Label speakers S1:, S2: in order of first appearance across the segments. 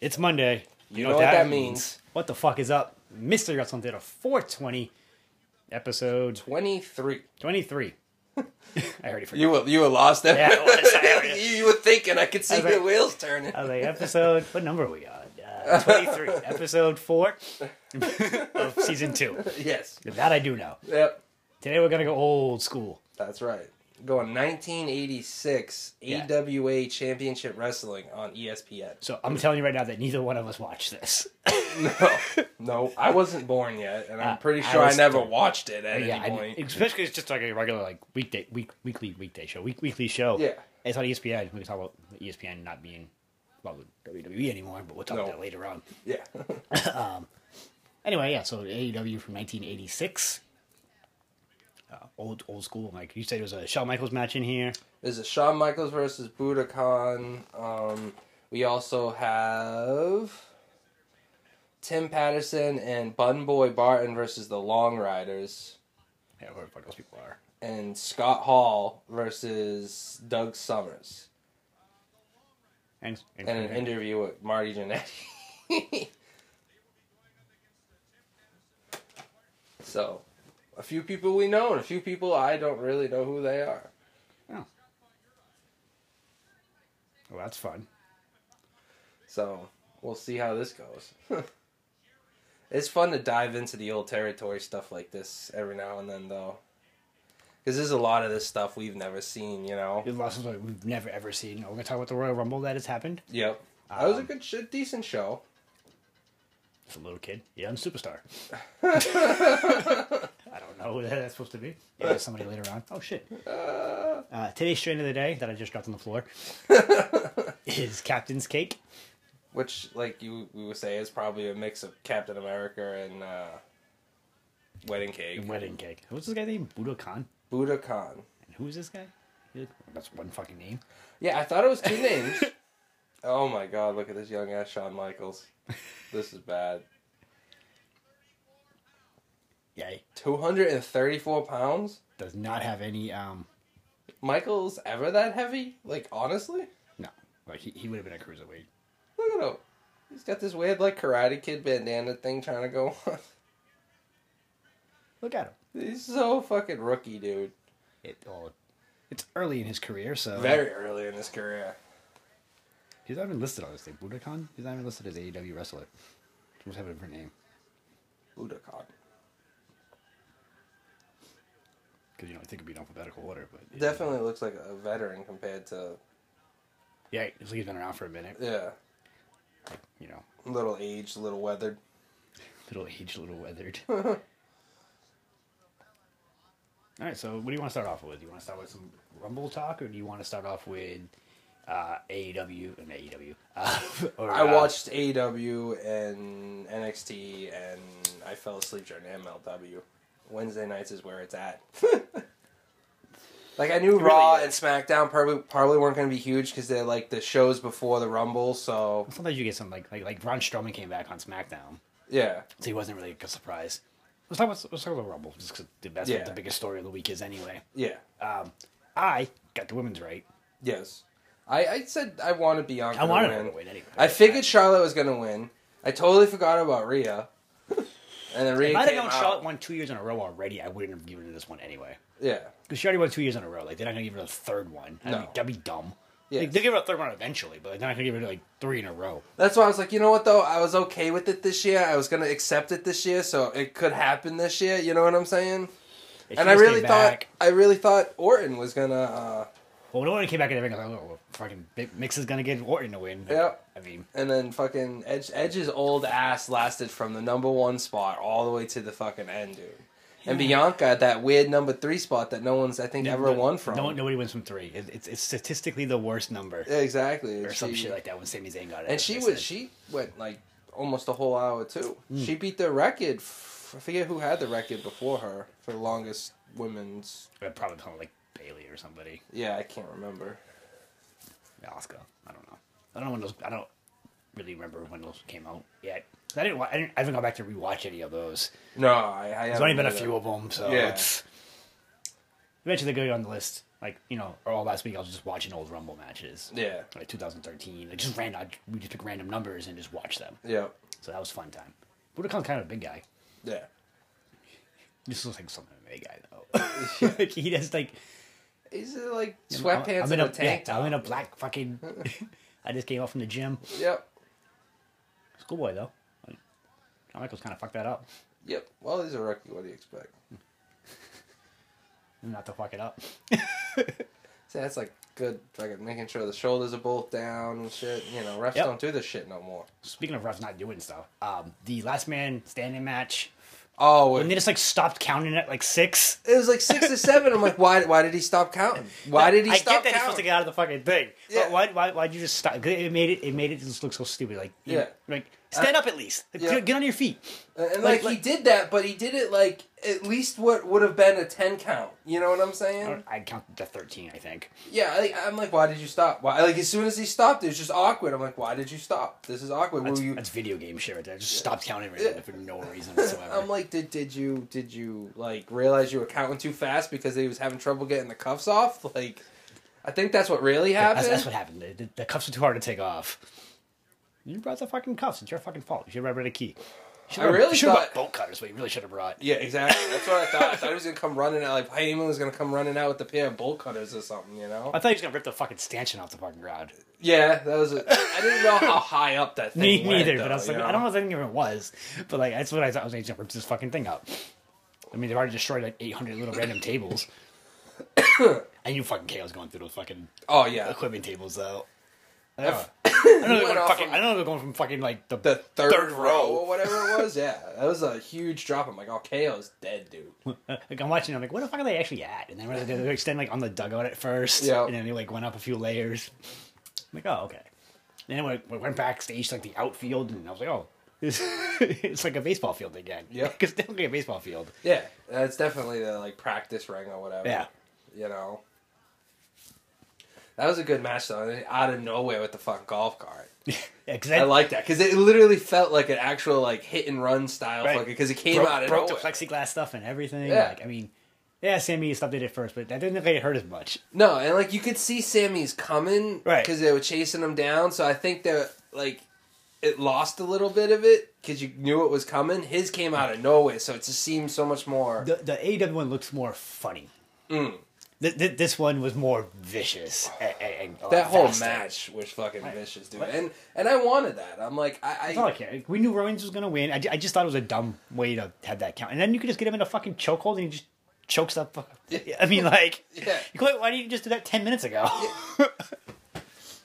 S1: It's Monday. You,
S2: know what that means.
S1: What the fuck is up? Mr. Got Something Data 420, episode
S2: 23.
S1: 23. I already forgot.
S2: You were, you were lost there.
S1: Yeah, I was, I was.
S2: you, you were thinking. I could see
S1: was
S2: your
S1: like-
S2: wheels turning.
S1: I was like, episode, what number are we on? Uh, 23. episode 4 of season 2.
S2: yes.
S1: That I do know.
S2: Yep.
S1: Today we're going to go old school.
S2: That's right. Going 1986
S1: Yeah.
S2: AWA Championship Wrestling on E ESPN.
S1: So I'm telling you right now that neither one of us watched this.
S2: No, no, I wasn't born yet, and
S1: Uh,
S2: I'm pretty
S1: I
S2: sure I,
S1: was
S2: never
S1: born. Oh,
S2: watched it at
S1: yeah,
S2: any
S1: I-
S2: point.
S1: especially it's just like a regular like weekday, week, weekly weekday show, week, weekly show.
S2: Yeah.
S1: it's on E ESPN. We can talk about E ESPN not being well with WWE anymore, but we'll talk about
S2: No.
S1: that later on.
S2: yeah,
S1: Anyway, yeah. So AEW from 1986, uh, old old school. Like you said, there was a Shawn Michaels match in here.
S2: there's a Shawn Michaels versus Budokan. Um, we also have Tim Patterson and Bun Boy Barton versus the Long Riders,
S1: Yeah, where the fuck those people are.
S2: and Scott Hall versus Doug Summers,
S1: And, and,
S2: and an interview with Marty Jannetty. so, a few people we know, and a few people I don't really know who they are.
S1: oh. Well, that's fun.
S2: So we'll see how this goes. it's fun to dive into the old territory stuff like this every now and then, though. Because there's a lot of this stuff we've never seen, you know?
S1: There's lots of like, we've never ever seen. We're gonna talk about the Royal Rumble that has happened.
S2: Yep. that was a
S1: Um,
S2: good, sh- decent show.
S1: It's a little kid. Yeah, I'm a superstar. I don't know who the hell that's supposed to be. Yeah, there's somebody later on. Oh shit. Uh, today's strain of the day that I just dropped on the floor is Captain's Cake.
S2: Which, like you we would say, is probably a mix of Captain America and uh, Wedding Cake.
S1: and Wedding cake. What's this guy named? Budokan?
S2: Budokan.
S1: And who is this guy? He look- That's one fucking name.
S2: Yeah, I thought it was two names. Oh my god, look at this young ass Shawn Michaels. This is bad.
S1: Yeah, he
S2: 234 pounds?
S1: does not have any. um
S2: Michael's ever that heavy? Like honestly,
S1: No, like he, he would have been a cruiserweight.
S2: look at him. He's got this weird like Karate Kid bandana thing trying to go on.
S1: Look at him.
S2: He's so fucking rookie, dude.
S1: It all. It's early in his career, so
S2: Very early in his career.
S1: he's not even listed on this thing. Budokan. He's not even listed as AEW wrestler. Must have a different name.
S2: Budokan.
S1: Because you know, I think it'd be in alphabetical order, but yeah.
S2: Definitely looks like a veteran compared to
S1: Yeah, it's like he's been around for a minute.
S2: yeah,
S1: You know,
S2: little aged, little weathered.
S1: little aged, little weathered. All right, so what do you want to start off with? Do you want to start with some Rumble talk, or do you want to start off with uh, AEW and AEW? Uh, or,
S2: I
S1: uh,
S2: watched AEW and NXT, and I fell asleep during MLW. Wednesday nights is where it's at. like I knew
S1: really
S2: Raw
S1: is.
S2: and SmackDown probably probably weren't going to be huge because they're like the shows before the Rumble. So
S1: Sometimes you get some like like like Braun Strowman came back on SmackDown,
S2: yeah,
S1: so he wasn't really a surprise. Let's talk about let's talk about Rumble, just 'cause that's
S2: Yeah.
S1: what the biggest story of the week is anyway.
S2: yeah,
S1: I got the women's right.
S2: yes. I, I said I wanted Bianca.
S1: I wanted her
S2: to
S1: to
S2: win.
S1: win anyway.
S2: I figured Charlotte was going to win. I totally forgot about Rhea, and then Rhea
S1: If I'd have
S2: came
S1: known
S2: out.
S1: Charlotte won two years in a row already, I wouldn't have given her this one anyway.
S2: Yeah,
S1: Because she already won two years in a row. Like, they're not going to give her a third one. That'd, be,
S2: No.
S1: that'd be dumb.
S2: Yes.
S1: Like, they'll give her a third one eventually, but like, they're not going to give her, like, three in a row.
S2: That's why I was like, you know what though? I was okay with it this year. I was gonna accept it this year, so it could happen this year. You know what I'm saying?
S1: If
S2: and
S1: she
S2: I
S1: stayed
S2: really
S1: back-
S2: thought, I really thought Orton was gonna. Uh,
S1: Well, when Orton came back in the ring, I was like, oh, well, fucking Big Mix is going to get Orton to win.
S2: Yep.
S1: I mean,
S2: and then fucking Edge, Edge's old ass lasted from the number one spot all the way to the fucking end, dude. And Bianca at that weird number three spot that no one's I think ever
S1: no-
S2: won from.
S1: No, nobody wins from three. It, it's, it's statistically the worst number.
S2: Yeah, exactly. And
S1: or some
S2: she-
S1: shit like that when Sami Zayn got it.
S2: And she
S1: They
S2: was
S1: said. Mm.
S2: she went like almost a whole hour too. She beat the record. f- I forget who had the record before her for the longest women's.
S1: But Probably called, like, Bailey or somebody.
S2: Yeah, I can't remember.
S1: Oscar. I don't know. I don't know when those. I don't really remember when those came out yet. I didn't. wa- I, didn't, I haven't gone back to rewatch any of those.
S2: No, I. I
S1: There's only been a few of them, so
S2: Yeah.
S1: it's eventually they go on the list. Like you know, all last week I was just watching old Rumble matches,
S2: Yeah.
S1: like 2013. Like just random, I- we just pick random numbers and just watch them.
S2: Yeah.
S1: So that was a fun time. Budokan's kind of a big guy.
S2: Yeah.
S1: This looks like something of a big guy though. like he has like
S2: He's uh, like
S1: I'm-
S2: sweatpants
S1: I'm in
S2: and a,
S1: a
S2: tank
S1: um, yeah,
S2: top.
S1: I'm in a black fucking. I just came off from the gym.
S2: Yep.
S1: Schoolboy though. Like, John Michaels kind of fucked that up.
S2: Yep. Well, he's a rookie. What do you expect?
S1: Not to fuck it up.
S2: See, that's like good, like making sure the shoulders are both down and shit. You know, refs
S1: Yep.
S2: don't do this shit no more.
S1: Speaking of refs not doing stuff, um, the last man standing match
S2: Oh,
S1: when
S2: it,
S1: they just like stopped counting at like six.
S2: it was like six to seven. I'm like, why? Why did he stop counting? Why did he
S1: I
S2: stop
S1: get that he's supposed to
S2: counting?
S1: get out of the fucking thing.
S2: Yeah.
S1: But why? Why? Why'd you just stop? 'Cause It made it. It made it just look so stupid. Like you-
S2: Yeah. Uh,
S1: like stand up at least. Like,
S2: yeah.
S1: get- Get on your feet.
S2: and like,
S1: like-
S2: he did that, but he did it like at least what would have been a ten count. You know what I'm saying?
S1: I counted to thirteen, I think.
S2: Yeah, I, I'm like, why did you stop? Why? Like as soon as he stopped, it was just awkward. I'm like, why did you stop? This is awkward.
S1: That's,
S2: Were you?
S1: that's video game shit right there. Just stop counting right
S2: Yeah. Um,
S1: there for no reason whatsoever.
S2: I'm like, did did you did you like realize you were counting too fast because he was having trouble getting the cuffs off? Like, I think that's what really happened.
S1: That's, that's what happened. The, the, the cuffs were too hard to take off. You brought the fucking cuffs. It's your fucking fault. You should have brought a key. You
S2: I really
S1: should have brought
S2: thought-
S1: bolt cutters. What you really should have brought.
S2: yeah, exactly. That's what I thought. I thought he was gonna come running out. Like Heyman was gonna come running out with a pair of bolt cutters or something. You know?
S1: I thought he was gonna rip the fucking stanchion off the fucking ground.
S2: Yeah, that was. A, I didn't know how high up that thing.
S1: Me
S2: went,
S1: neither.
S2: though,
S1: but I was
S2: you
S1: like, I don't know if anything even was. But like, that's what I thought. I was like, he's gonna rip this fucking thing up. I mean, they've already destroyed like 800 little random tables. I knew fucking KO's going through those fucking
S2: Oh yeah,
S1: equipment tables though. I
S2: Yeah.
S1: don't know. they're
S2: went
S1: going
S2: off
S1: fucking-
S2: on-
S1: I don't know they're going from fucking like the,
S2: the third,
S1: Third
S2: row.
S1: row.
S2: or whatever it was. Yeah, that was a huge drop. I'm like, oh, KO's dead, dude.
S1: uh, Like I'm watching, I'm like, where the fuck are they actually at? And then what they do, they're standing like on the dugout at first,
S2: Yeah.
S1: and then they like went up a few layers. I'm like, oh okay. And then we- we went backstage to, like the outfield, and I was like, oh, this, it's like a baseball field again.
S2: Yep.
S1: because they a baseball field.
S2: Yeah, that's definitely the like practice ring or whatever.
S1: Yeah.
S2: you know. That was a good match though. and Out of nowhere with the fucking golf cart.
S1: Yeah, because
S2: I like that because it literally felt like an actual like hit and run style
S1: Right.
S2: fucking because it came
S1: broke,
S2: out of
S1: broke the
S2: nowhere.
S1: plexiglass stuff and everything.
S2: Yeah.
S1: Like I mean, yeah, Sammy stuff did it first, but that didn't look like it hurt as much.
S2: No, and like you could see Sammy's coming,
S1: Right.
S2: Because they were chasing him down. So I think that like it lost a little bit of it because you knew it was coming. His came out of nowhere, so it just seemed so much more.
S1: The the AW one looks more funny.
S2: Mm.
S1: Th- th- this one was more vicious. And, and a lot
S2: that whole
S1: faster.
S2: match was fucking vicious, dude.
S1: Right.
S2: And and I wanted that. I'm like, I,
S1: That's all Oh, I
S2: I
S1: care. Like, We knew Rollins was going to win. I, ju- I just thought it was a dumb way to have that count. And then you could just get him in a fucking chokehold and he just chokes that fucker. I mean, like,
S2: Yeah.
S1: you could- why didn't you just do that 10 minutes ago?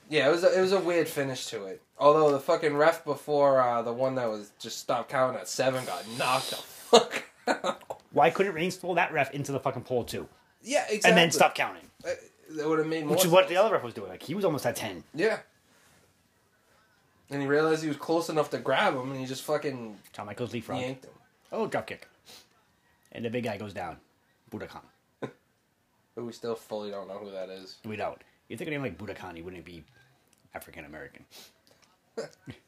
S2: yeah, it was a, it was a weird finish to it. Although the fucking ref before uh, the one that was just stopped counting at seven got knocked the fuck. out.
S1: why couldn't Reigns throw that ref into the fucking pole, too?
S2: yeah, exactly.
S1: And then stop counting,
S2: Uh, That would have made more.
S1: which is what the other ref was doing. Like, he was almost at 10.
S2: Yeah. And he realized he was close enough to grab him, and he just fucking
S1: John Michaels leapfrog.
S2: yanked him.
S1: Oh, drop kick. And the big guy goes down. Budokan.
S2: But we still fully don't know who that is.
S1: We don't. You think a name like Budokan, he wouldn't be African American.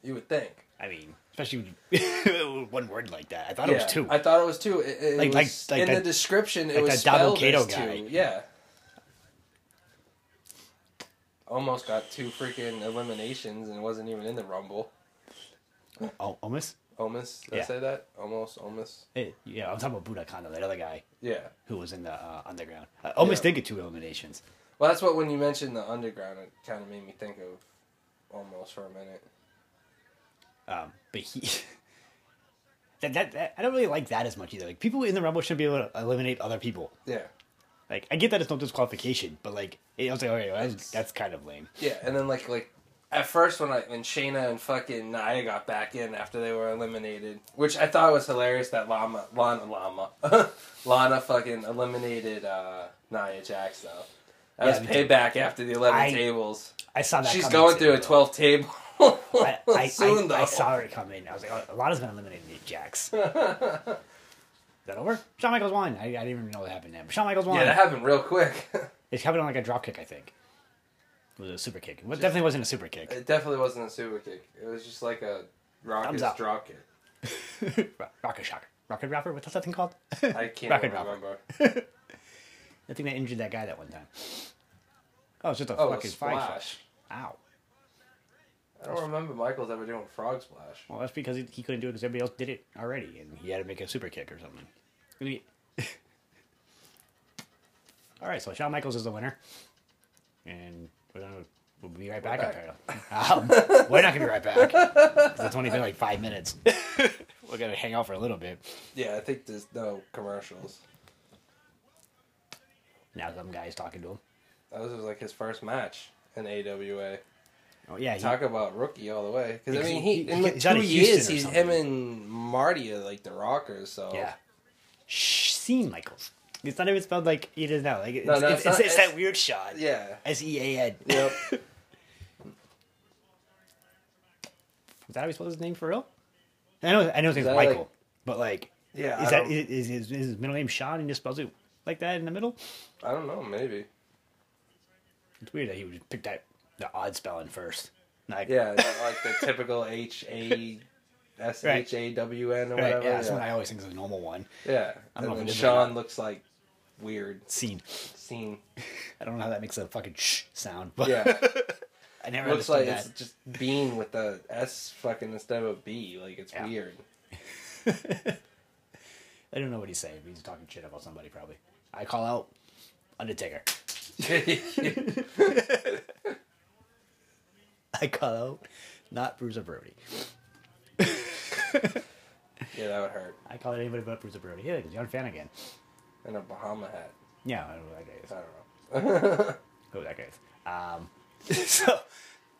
S2: You would think.
S1: I mean, especially with one word like that. I thought it was two.
S2: I thought it was two. It, it
S1: Like-
S2: was,
S1: like- like
S2: in the
S1: that-
S2: description, it
S1: like
S2: was
S1: that Dabo
S2: spelled as
S1: Kato
S2: two.
S1: guy.
S2: Yeah. Almost got two freaking eliminations and wasn't even in the Rumble.
S1: oh, almost?
S2: Omus, did I
S1: Yeah.
S2: say that? Almost, Omus.
S1: Hey, yeah, I'm talking about Budokan, though, that other guy
S2: Yeah.
S1: who was in the uh, underground. I almost
S2: Yeah.
S1: did get two eliminations.
S2: Well, that's what when you mentioned the underground, it kind of made me think of almost for a minute.
S1: Um, but he. that, that, that I don't really like that as much either. Like, people in the Rumble should be able to eliminate other people.
S2: Yeah.
S1: Like, I get that it's no disqualification, but like, it, I was like, okay, well, that's, that's kind of lame.
S2: Yeah, and then like like at first when I when Shayna and fucking Nia got back in after they were eliminated, which I thought was hilarious that Llama Lana Llama Lana fucking eliminated uh, Nia Jax though. That
S1: Yeah,
S2: was
S1: me too.
S2: payback after the eleven
S1: I-
S2: tables.
S1: I saw that.
S2: She's
S1: coming,
S2: going
S1: too,
S2: through a
S1: though.
S2: twelve table.
S1: I, I,
S2: Soon,
S1: I, I
S2: though.
S1: saw it coming. I was like, oh, Lana's been eliminated, Jax. Is that over? Shawn Michaels won. I, I didn't even know that happened then. But Shawn Michaels won.
S2: Yeah, that happened real quick.
S1: It happened on like a drop kick, I think. It was a super kick. It definitely wasn't a super kick.
S2: it definitely wasn't a super kick. It was just like a rocket
S1: Thumbs up.
S2: drop kick.
S1: Rocket Shocker. Rocket Rapper? What's that thing called?
S2: I can't
S1: Rocket
S2: remember.
S1: I think that injured that guy that one time. Oh, it's just a
S2: Oh, a
S1: fucking fire
S2: splash.
S1: splash. Ow.
S2: I don't remember Michaels ever doing frog splash.
S1: Well, that's because he, he couldn't do it because everybody else did it already, and he had to make a super kick or something. I mean- All right, so Shawn Michaels is the winner, and we're gonna, we'll be right back. apparently. Um, we're not gonna be right back. 'cause It's only been like five minutes. we're gonna hang out for a little bit.
S2: Yeah, I think there's no commercials.
S1: Now some guy's talking to him.
S2: That was like his first match in AWA.
S1: Oh yeah, he,
S2: Talk about rookie all the way. Because I
S1: Because
S2: mean,
S1: he-
S2: he, in like
S1: he's out
S2: two
S1: of Houston
S2: years,
S1: or
S2: he's
S1: something.
S2: him and Marty are like the rockers. So
S1: yeah. Sheen Michaels. It's not even spelled like it is now. Like it's,
S2: No, no,
S1: it's,
S2: it's not-
S1: it's- it's
S2: it's-
S1: that weird shot.
S2: yeah,
S1: S E A N.
S2: yep.
S1: Is that how we spell his name for real? I know, I know his name's
S2: that
S1: Michael,
S2: like-
S1: but like,
S2: Yeah,
S1: is
S2: I
S1: that
S2: don't-
S1: is, is, his- is his middle name Sean and he just spells it like that in the middle?
S2: I don't know, maybe.
S1: It's weird that he would pick that the odd spelling first. Like,
S2: Yeah, not like the typical H A S H A W N or
S1: right,
S2: whatever.
S1: yeah, that's
S2: yeah,
S1: what I always think is a normal one.
S2: Yeah.
S1: I'm not
S2: and then
S1: gonna do
S2: Sean
S1: that.
S2: looks like weird
S1: Scene.
S2: scene.
S1: I don't know how that makes a fucking sh sound, but
S2: Yeah,
S1: I never
S2: looks
S1: understood
S2: like
S1: that.
S2: it's just Bean with the S fucking instead of a B. Like it's
S1: Yeah.
S2: weird.
S1: I don't know what he's saying. He's talking shit about somebody probably. I call out Undertaker. I call out not Bruiser Brody.
S2: yeah, that would hurt.
S1: I call out anybody but Bruiser Brody. Yeah, he's a young fan again.
S2: And a Bahama hat.
S1: Yeah, I don't know what that guy is.
S2: I don't know.
S1: who that guy is. Um, so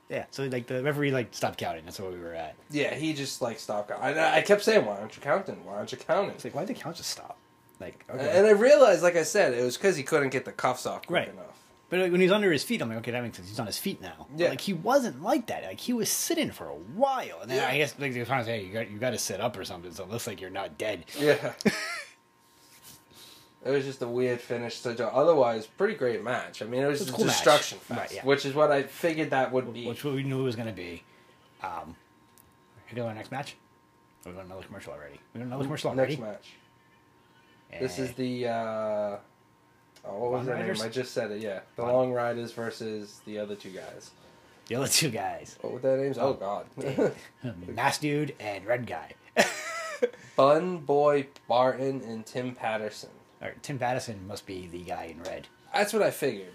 S1: yeah, so like the referee like stopped counting. That's where we were at.
S2: Yeah, he just like stopped. I, I kept saying, "Why aren't you counting? Why aren't you counting?"
S1: It's like why did the count just stop? Like okay,
S2: And I realized, like I said, it was because he couldn't get the cuffs off quick
S1: Right.
S2: enough.
S1: but like, when he's under his feet, I'm like okay, that makes sense. He's on his feet now. But,
S2: Yeah.
S1: like he wasn't like that. Like he was sitting for a while, and then I
S2: Yeah.
S1: guess like they were trying to say hey, you got you got to sit up or something. So it looks like you're not dead.
S2: Yeah. it was just a weird finish to Joe. Otherwise, pretty great match. I mean, it was
S1: It's a
S2: a
S1: cool match.
S2: destruction fest,
S1: Right, yeah.
S2: which is what I figured that would be.
S1: Which we knew it was gonna be. Um, here go our next match. We got another commercial already. We got another commercial already.
S2: Next match. This
S1: Eh.
S2: is the. Uh, oh, what
S1: Long
S2: was that
S1: Riders?
S2: name? I just said it. Yeah, the
S1: Long-
S2: Long Riders versus the other two guys.
S1: the other two guys,
S2: What were their names? Oh God,
S1: Mass Dude and Red Guy.
S2: Bun Boy Barton and Tim Patterson.
S1: All right, Tim Patterson must be the guy in red.
S2: That's what I figured.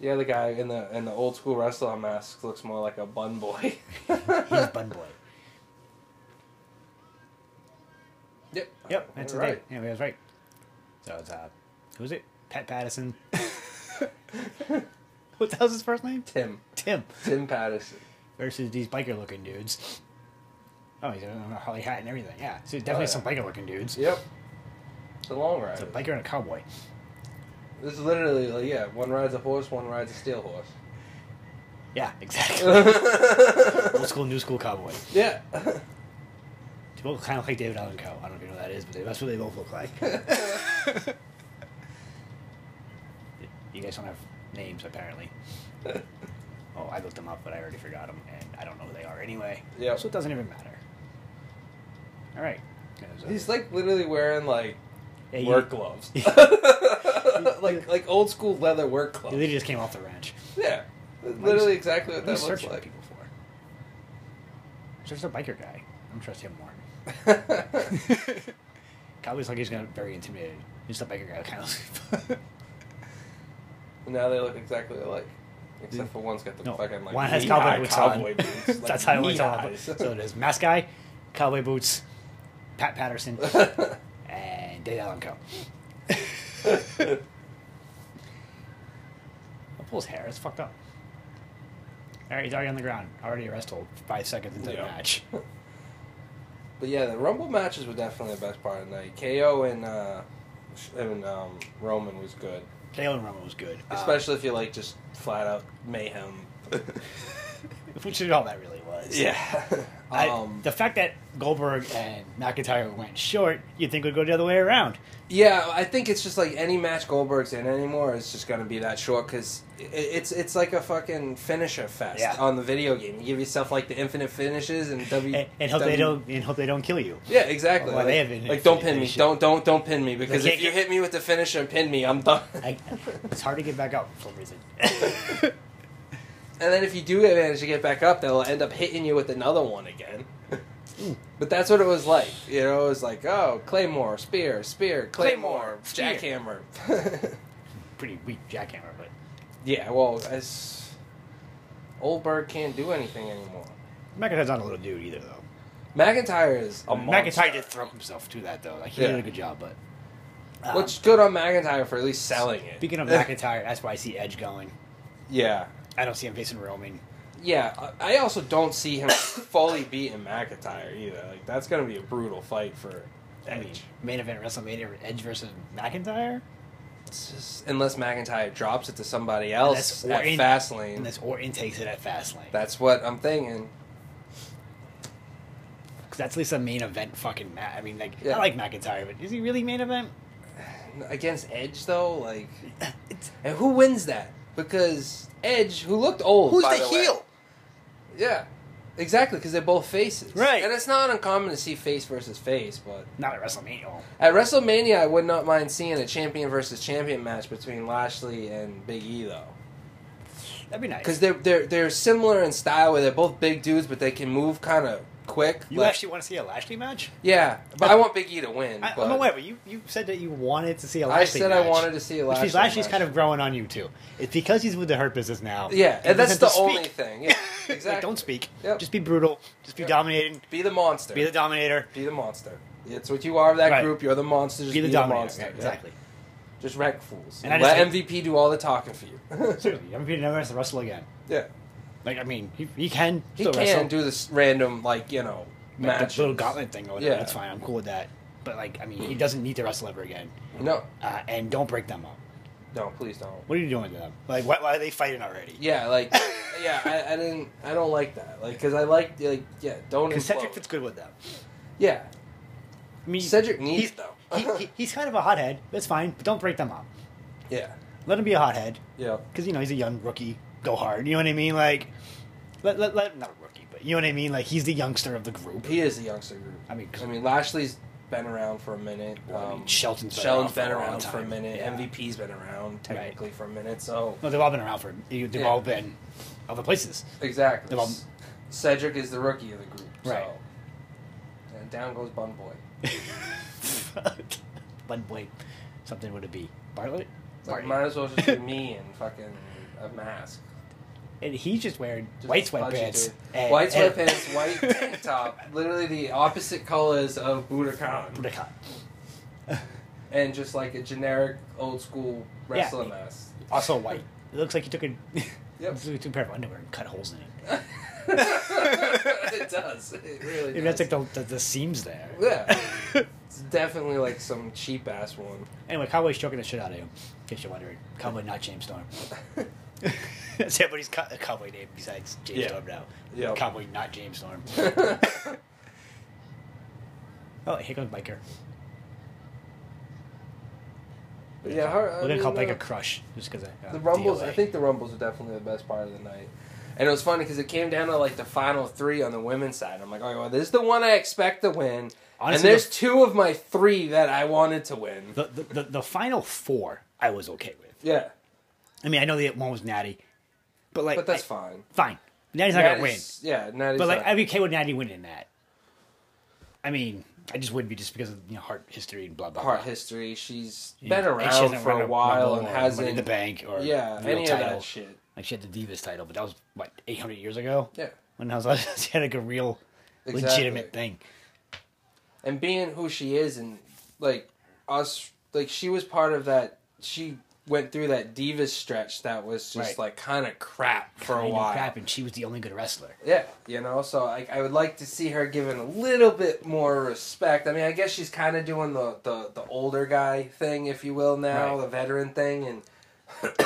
S2: The other guy in the in the old school wrestler mask looks more like a bun boy.
S1: He's Bun Boy.
S2: Yep.
S1: Yep, that's the
S2: right.
S1: day. Yeah, that's right. So it's uh, who's it? Pat Patterson. what the hell's his first name?
S2: Tim.
S1: Tim
S2: Tim Patterson.
S1: versus these biker-looking dudes. Oh, he's in a Harley hat and everything. Oh, Yeah, so definitely
S2: yeah.
S1: some biker-looking dudes.
S2: Yep. It's a long ride.
S1: It's a biker and a cowboy.
S2: This is literally like, yeah, one rides a horse, one rides a steel horse.
S1: Yeah, exactly. Old school, new school cowboy.
S2: yeah.
S1: They both kind of like David Allen Coe. I don't even know who that is, but they, that's what they both look like. you guys don't have names, apparently. oh, I looked them up, but I already forgot them, and I don't know who they are anyway.
S2: Yep.
S1: So it doesn't even matter. All right. uh, So-
S2: He's like literally weering like
S1: Yeah, you-
S2: work gloves. like like old school leather work
S1: you
S2: gloves.
S1: literally just came off the ranch.
S2: Yeah. That's
S1: What
S2: Literally
S1: is-
S2: exactly what
S1: are you
S2: that looks
S1: searching
S2: like.
S1: people for? Search the biker guy. I'm trust him more. Cowboy's like he's gonna very intimidated. Just the biker guy kind of.
S2: And now they look exactly alike. Except for one's got the
S1: No,
S2: fucking like
S1: one has
S2: knee-high
S1: cowboy boots
S2: cowboy
S1: on.
S2: boots. like,
S1: That's how it's all.
S2: knee-highs.
S1: So there's mask guy, cowboy boots, Pat Patterson, and Dave Allen Co. That fool's hair is fucked up. All right, he's already on the ground. Already a rest hold. Five seconds into the
S2: Yeah.
S1: match.
S2: But yeah, the Rumble matches were definitely the best part of the night. KO and uh, sh- and um, Roman was good,
S1: Jalen Roman was good, Um,
S2: especially if you like just flat out mayhem.
S1: which is all that really was.
S2: Yeah,
S1: I-
S2: Um,
S1: the fact that Goldberg and McIntyre went short, you'd think would go the other way around.
S2: Yeah, I think it's just like any match Goldberg's in anymore is just gonna be that short because it's it's like a fucking finisher fest
S1: Yeah.
S2: on the video game. You give yourself like the infinite finishes and W
S1: And, and hope
S2: W-
S1: they don't and hope they don't kill you.
S2: Yeah, exactly.
S1: Well,
S2: like,
S1: they have infinite
S2: like, don't pin me.
S1: finishes.
S2: Don't don't don't pin me because
S1: They
S2: if
S1: can't
S2: you
S1: get-
S2: hit me with the finisher and pin me, I'm done.
S1: I, it's hard to get back up for some reason.
S2: And then if you do manage to get back up, they'll end up hitting you with another one again. but that's what it was like. You know, it was like, oh, Claymore, Spear, Spear,
S1: Claymore,
S2: Claymore,
S1: Spear.
S2: Jackhammer.
S1: Pretty weak jackhammer, but
S2: yeah, well, as Oldberg can't do anything anymore.
S1: McIntyre's not a little dude either, though.
S2: McIntyre is a monster.
S1: McIntyre did throw himself to that though. Like he
S2: Yeah.
S1: did a good job, but um,
S2: Which good on McIntyre for at least selling it.
S1: speaking of McIntyre, that's why I see Edge going.
S2: yeah,
S1: I don't see him facing Roman.
S2: yeah. I I also don't see him fully beating McIntyre either. Like that's gonna be a brutal fight for
S1: I mean,
S2: Edge.
S1: main event WrestleMania Edge versus McIntyre,
S2: It's just- unless McIntyre drops it to somebody
S1: Unless
S2: else at
S1: Orton-
S2: Fastlane.
S1: unless Orton takes it at Fastlane.
S2: That's what I'm thinking.
S1: 'Cause that's at least a main event fucking match. I mean, like
S2: Yeah.
S1: I like McIntyre, but is he really main event?
S2: Against Edge though, like,
S1: It's,
S2: and who wins that? Because Edge, who looked old,
S1: who's
S2: by
S1: the,
S2: way-
S1: heel?
S2: Yeah, exactly. Because they're both faces,
S1: Right.
S2: And it's not uncommon to see face versus face, but
S1: Not at WrestleMania.
S2: at WrestleMania, I would not mind seeing a champion versus champion match between Lashley and Big E though.
S1: That'd be nice.
S2: Because they're they're they're similar in style, where they're both big dudes, but they can move kind of quick.
S1: you
S2: like-
S1: actually want to see a Lashley match?
S2: yeah. But I want Big E to win.
S1: I,
S2: but-
S1: I'm aware, but you, you said that you wanted to see a
S2: I
S1: Lashley
S2: said
S1: match.
S2: I wanted to see a
S1: Which
S2: Lashley.
S1: means Lashley's
S2: match.
S1: kind of growing on you too. It's because he's with the hurt business now.
S2: Yeah,
S1: He
S2: and that's
S1: doesn't
S2: the
S1: have to
S2: only
S1: speak.
S2: thing. Yeah, exactly.
S1: Like, don't speak.
S2: Yep.
S1: Just be brutal. Just be
S2: Yep.
S1: dominating.
S2: be the monster.
S1: Be the dominator.
S2: Be the monster. It's what you are of that
S1: Right.
S2: group. You're the monster. Just
S1: be the dominator.
S2: monster.
S1: Yeah,
S2: Yeah.
S1: exactly.
S2: Just wreck fools.
S1: And I just
S2: Let
S1: hate-
S2: MVP do all the talking for you.
S1: Seriously, I'm being never has to wrestle again.
S2: yeah,
S1: Like I mean, he, he can
S2: he
S1: still
S2: can
S1: wrestle.
S2: do this random like you know
S1: like,
S2: match.
S1: the little gauntlet thing. Or whatever.
S2: Yeah.
S1: that's fine. I'm cool with that. But like, I mean, he doesn't need to wrestle ever again.
S2: No,
S1: Uh, and don't break them up.
S2: no, please don't.
S1: What are you doing to them? Like, why, why are they fighting already?
S2: Yeah, like yeah, I, I didn't. I don't like that. Like because I like like yeah, don't.
S1: Because Cedric
S2: implode.
S1: fits good with them.
S2: Yeah,
S1: I mean,
S2: Cedric
S1: he's,
S2: needs though.
S1: he, he, he's kind of a hothead. That's fine, but don't break them up.
S2: yeah,
S1: Let him be a hothead.
S2: yeah.
S1: because you know he's a young rookie. Go hard. You know what I mean? Like, let, let, let not a rookie, but you know what I mean. Like he's the youngster of the group.
S2: He is the youngster group.
S1: I mean,
S2: I mean, Lashley's been around for a minute.
S1: Well, I mean,
S2: Um,
S1: Shelton's been
S2: Shelton's
S1: around
S2: been
S1: for a long
S2: around for a
S1: time.
S2: minute.
S1: Yeah.
S2: MVP's been around technically for a minute. So
S1: no, they've all been around for. They've
S2: Yeah.
S1: all been other places.
S2: exactly,
S1: They've all-
S2: Cedric is the rookie of the group.
S1: Right.
S2: So. And down goes Bun Boy.
S1: One boy, something would it be Bartlett?
S2: It's Like,
S1: Bartlett.
S2: might as well just be me and fucking a mask.
S1: and he's just wearing
S2: Just
S1: white
S2: a pudgy
S1: sweatpants. Eh,
S2: dude.
S1: and-
S2: white
S1: and-
S2: sweatpants, white tank top, literally the opposite colors of Budokan,
S1: Budokan.
S2: and just like a generic old school wrestler
S1: Yeah.
S2: mask.
S1: Also white. It looks like you took a
S2: Yep.
S1: took a pair of underwear and cut holes in it.
S2: it does. It really.
S1: Maybe
S2: does.
S1: that's like the, the, the seams there.
S2: Yeah. It's definitely like some cheap ass one.
S1: anyway, Cowboy's choking the shit out of him. In case you're wondering, Cowboy, not James Storm. That's everybody's co- a cowboy name besides James
S2: Yeah.
S1: Storm now.
S2: Yeah.
S1: Cowboy, not James Storm. oh, here comes Biker.
S2: But yeah, her, I
S1: We're gonna
S2: mean,
S1: call
S2: uh,
S1: Biker Crush just because uh,
S2: The rumbles.
S1: DOA.
S2: I think the rumbles are definitely the best part of the night. And it was funny because it came down to like the final three on the women's side. I'm like, oh, well, this is the one I expect to win. and
S1: Honestly,
S2: there's
S1: the-
S2: two of my three that I wanted to win.
S1: the, the, the the final four I was okay with.
S2: Yeah,
S1: I mean, I know the one was Natty, but like,
S2: but that's
S1: I-
S2: fine.
S1: fine. Natty's not gonna win,
S2: Natty's- Yeah, Natty's
S1: but like,
S2: not-
S1: I'd be okay with Natty winning that. I mean, I just wouldn't be just because of you know heart history and blah blah.
S2: part
S1: blah.
S2: history. She's
S1: You
S2: been
S1: know, and she
S2: around
S1: hasn't
S2: for
S1: won
S2: a while
S1: Rumble
S2: and
S1: or
S2: hasn't
S1: Money in the bank or
S2: yeah
S1: real
S2: any of
S1: title.
S2: that shit.
S1: Like she had the Divas title, but that was what 800 years ago.
S2: Yeah.
S1: when I was like, she had like a real
S2: Exactly.
S1: legitimate thing.
S2: and being who she is and like us like she was part of that she went through that divas stretch that was just
S1: Right.
S2: like kind of crap for a
S1: Kind of
S2: while
S1: crap, and she was the only good wrestler.
S2: yeah you know so like i would like to see her given a little bit more respect i mean i guess she's kind of doing the, the the older guy thing if you will now
S1: Right.
S2: the veteran thing and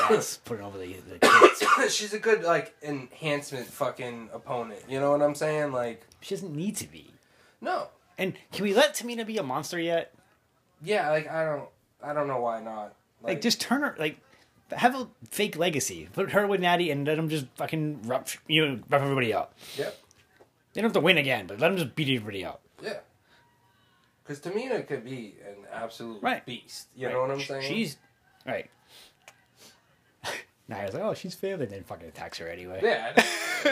S1: Let's put it over the, the kids.
S2: She's a good like enhancement fucking opponent. You know what I'm saying? Like
S1: She doesn't need to be.
S2: no,
S1: And can we let Tamina be a monster yet?
S2: yeah, like I don't, I don't know why not.
S1: Like, just turn her like have a fake legacy. Put her with Natty and let them just fucking rough you know, rough everybody up.
S2: yep,
S1: They don't have to win again, but let them just beat everybody up.
S2: yeah. Because Tamina could be an absolute
S1: Right.
S2: beast. You know what I'm saying?
S1: She's right. now I was like, oh, she's fair. They didn't fucking attacks her anyway.
S2: yeah, I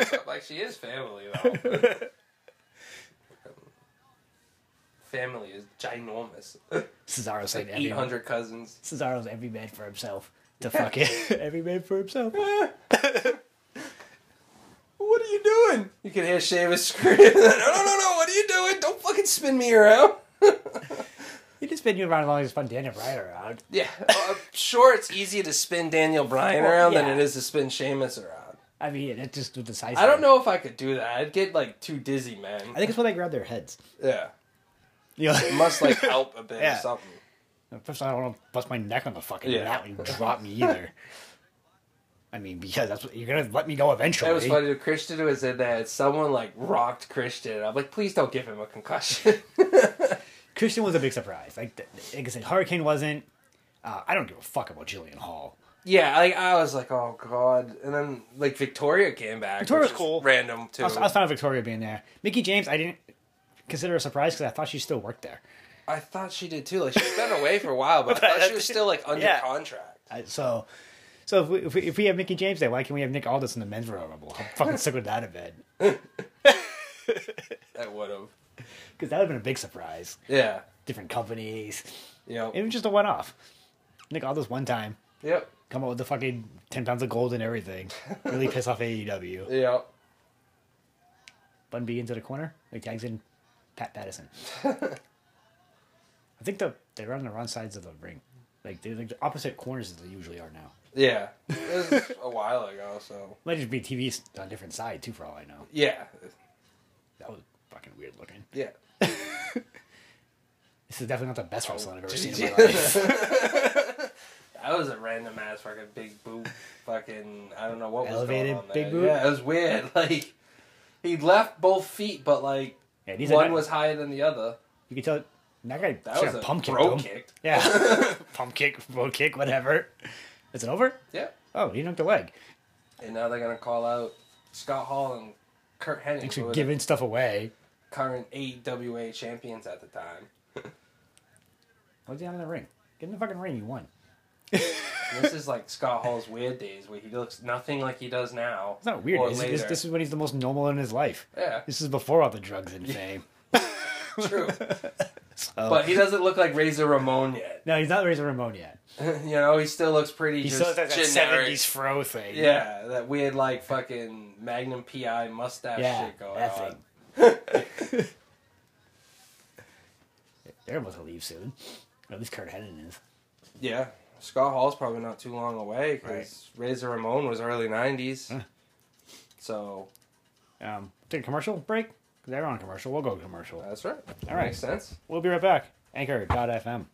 S2: know. like she is family though. family is ginormous.
S1: Cesaro's like every,
S2: Eight hundred cousins.
S1: Cesaro's every man for himself. To fucking every man for himself.
S2: What are you doing? You can hear Sheamus scream. no, no, no, no! What are you doing? Don't fucking spin me around.
S1: You just been you around as long as it's fun Daniel Bryan around.
S2: Yeah, well, I'm sure it's easier to spin Daniel Bryan
S1: Well,
S2: around
S1: yeah.
S2: than it is to spin Sheamus around.
S1: I mean, yeah, that just with the size.
S2: I don't know if I could do that. I'd get like too dizzy, man.
S1: I think it's when they grab their heads.
S2: yeah,
S1: You know?
S2: it must like help a bit
S1: Yeah.
S2: or something.
S1: First, I don't want to bust my neck on the fucking
S2: Yeah.
S1: mat when you drop me either. I mean, because that's what you're gonna let me go eventually.
S2: That was funny. Christian was in there. And someone like rocked Christian. I'm like, please don't give him a concussion.
S1: Christian was a big surprise. Like, th- like I said, Hurricane wasn't. Uh, I don't give a fuck about Jillian Hall.
S2: yeah, like I was like, oh god. And then like Victoria came back.
S1: Victoria was
S2: which is
S1: cool.
S2: Random too.
S1: I was, I was fine with Victoria being there. Mickey James, I didn't consider a surprise because I thought she still worked there.
S2: I thought she did too. Like she's been away for a while, but I thought she was still like under
S1: Yeah.
S2: contract.
S1: I, so, so if we, if we if we have Mickey James there, why can't we have Nick Aldis in the men's Royal Rumble? I'm fucking sick with that event
S2: I would have.
S1: because that would have been a big surprise.
S2: Yeah.
S1: Different companies.
S2: Yep.
S1: It was just a one off. Nick Aldis one time.
S2: Yep.
S1: come out with the fucking 10 pounds of gold and everything. Really piss off AEW.
S2: Yep.
S1: Bun B into the corner. Like tags in Pat Patterson. I think the, they're on the wrong sides of the ring. Like they're like the opposite corners that they usually are now.
S2: Yeah. It was a while ago, so.
S1: Might just be TVs on a different side too, for all I know.
S2: Yeah.
S1: That was fucking weird looking.
S2: Yeah.
S1: This is definitely not the best wrestling I've ever seen in my life.
S2: that was a random ass fucking big boot. Fucking, I don't know what was
S1: Elevated
S2: going on there.
S1: big boot?
S2: Yeah, it was weird. Like, he left both feet, but like,
S1: Yeah, these are
S2: one
S1: not-
S2: was higher than the other.
S1: You can tell that guy
S2: That
S1: should
S2: was
S1: have
S2: a
S1: pump kicked
S2: bro
S1: him.
S2: kick.
S1: Yeah. pump kick, bro kick, whatever. Is it over?
S2: Yeah.
S1: Oh, he knocked a leg.
S2: And now they're going to call out Scott Hall and Kurt Hennig,
S1: Thanks
S2: who
S1: for
S2: were the
S1: giving stuff away.
S2: current AWA champions at the time.
S1: What's down in the ring? Get in the fucking ring, you won.
S2: And this is like Scott Hall's weird days where he looks nothing like he does now.
S1: It's not weird.
S2: or
S1: This, this,
S2: later.
S1: this is when he's the most normal in his life.
S2: Yeah,
S1: This is before all the drugs and fame.
S2: true.
S1: So-
S2: But he doesn't look like Razor Ramon yet.
S1: no, he's not Razor Ramon yet.
S2: you know, he still looks pretty.
S1: He
S2: just
S1: still has that
S2: generic.
S1: seventies fro thing.
S2: Yeah, that weird like fucking Magnum PI mustache
S1: yeah,
S2: shit going
S1: that
S2: on.
S1: thing. They're about to leave soon. Or at least Kurt Hennig is.
S2: Yeah, Scott Hall's probably not too long away because Razor Ramon was early '90s.
S1: Huh.
S2: So
S1: Um, take a commercial break. 'Cause They're on a commercial. We'll go to commercial.
S2: that's right. That
S1: right.
S2: makes sense.
S1: We'll be right back. Anchor.fm.